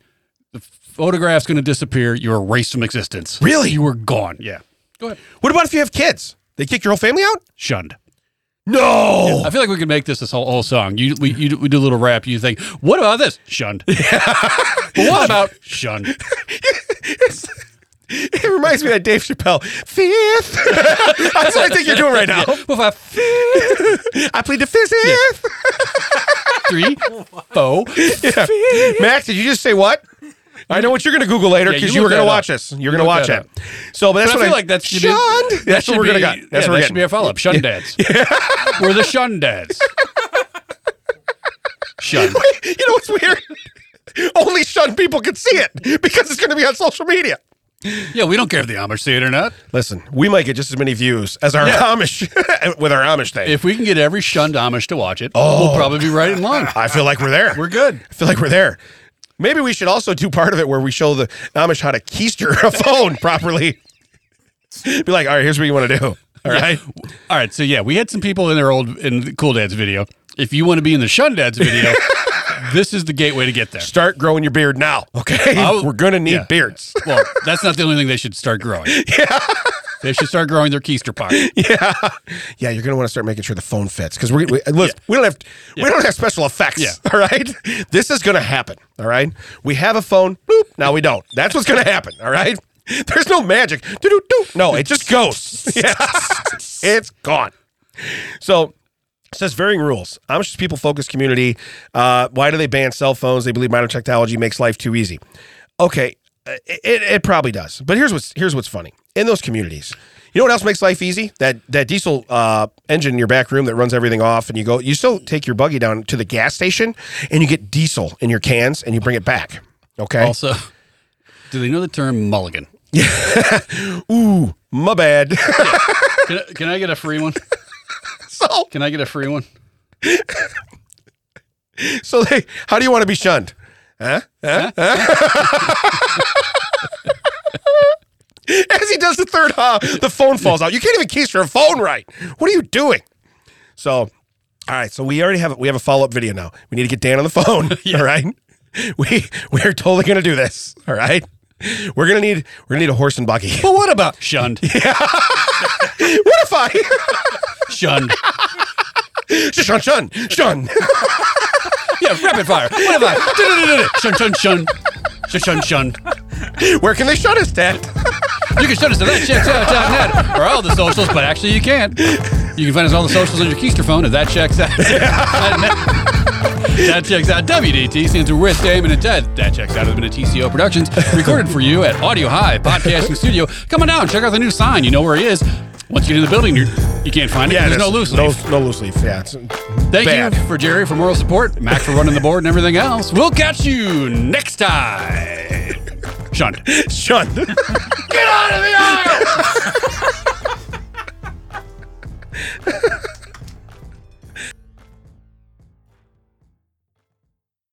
The photograph's going to disappear. You're erased from existence. Really? You were gone. Yeah. Go ahead. what about if you have kids? They kick your whole family out? Shunned. No. I feel like we could make this this whole, whole song. You we, you we do a little rap. You think, what about this? Shunned. but what about shunned? It reminds me of that Dave Chappelle. Fifth. That's what I think you're doing right now. What about I plead the fifth. three, four? Yeah. Max, did you just say what? I know what you're going to Google later Yeah, you because you were look going to that watch up. this. You're going to look watch that it. So, but that's But I what feel like that's should be- Shunned. that That's what should we're going to be- get. That's yeah, what we're that should be getting. a follow up. Shun dads. we're the shun dads. Shun. you know what's weird? Only shunned people can see it because it's going to be on social media. Yeah, we don't care if the Amish see it or not. Listen, we might get just as many views as our Amish with our Amish thing. If we can get every shunned Amish to watch it, we'll probably be right in line. I feel like we're there. Oh. We're good. I feel like we're there. Maybe we should also do part of it where we show the Amish how to keister a phone properly. Be like, all right, here's what you want to do. All right. All right, so yeah, we had some people in their old in the Cool Dad's video. If you want to be in the Shun Dad's video, this is the gateway to get there. Start growing your beard now. Okay. I'll- we're going to need yeah. beards. Well, that's not the only thing they should start growing. They should start growing their keister part. Yeah. Yeah. You're going to want to start making sure the phone fits because we're, we, look, we don't have, we don't have special effects. Yeah. All right. This is going to happen. All right. We have a phone. Boop. Now we don't. That's what's going to happen. All right. There's no magic. Doo-doo-doo. No, it just goes. Yeah. it's gone. So it says varying rules. Amish people focused community. Uh, why do they ban cell phones? They believe modern technology makes life too easy. Okay, uh, it, it probably does. But here's what's here's what's funny in those communities. You know what else makes life easy? That that diesel uh, engine in your back room that runs everything off, and you go. You still take your buggy down to the gas station, and you get diesel in your cans, and you bring it back. Okay. Also, do they know the term mulligan? Ooh, my bad. Can I, can I get a free one? so Can I get a free one? so they. How do you want to be shunned? Huh? Huh? Huh? As he does the third huh, the phone falls out. You can't even keys your phone right. What are you doing? So, all right. So we already have we have a follow up video now. We need to get Dan on the phone. All right. We we are totally gonna do this. All right. We're gonna need we're gonna need a horse and buggy. But what about shunned? what if I Shunned. shun shun shun? Yeah, rapid fire. What if I? Shun, shun, shun. Shun, shun, shun. Where can they shut us, Dad? You can shut us to that checks out, dot net, or all the socials, but actually you can't. You can find us on all the socials on your Keister phone if that checks out. dot net. that checks out. WDT stands for with Damon and Ted. That checks out has been a TCO Productions, recorded for you at Audio High Podcasting Studio. Come on down, check out the new sign. You know where he is. Once you get in the building, you're, you can't find it. 'cause there's no loose leaf. No, no loose leaf. Yeah. It's, Thank bad. you for Jerry for moral support, Mac for running the board and everything else. We'll catch you next time. Shunned. Shun. Get out of the aisle!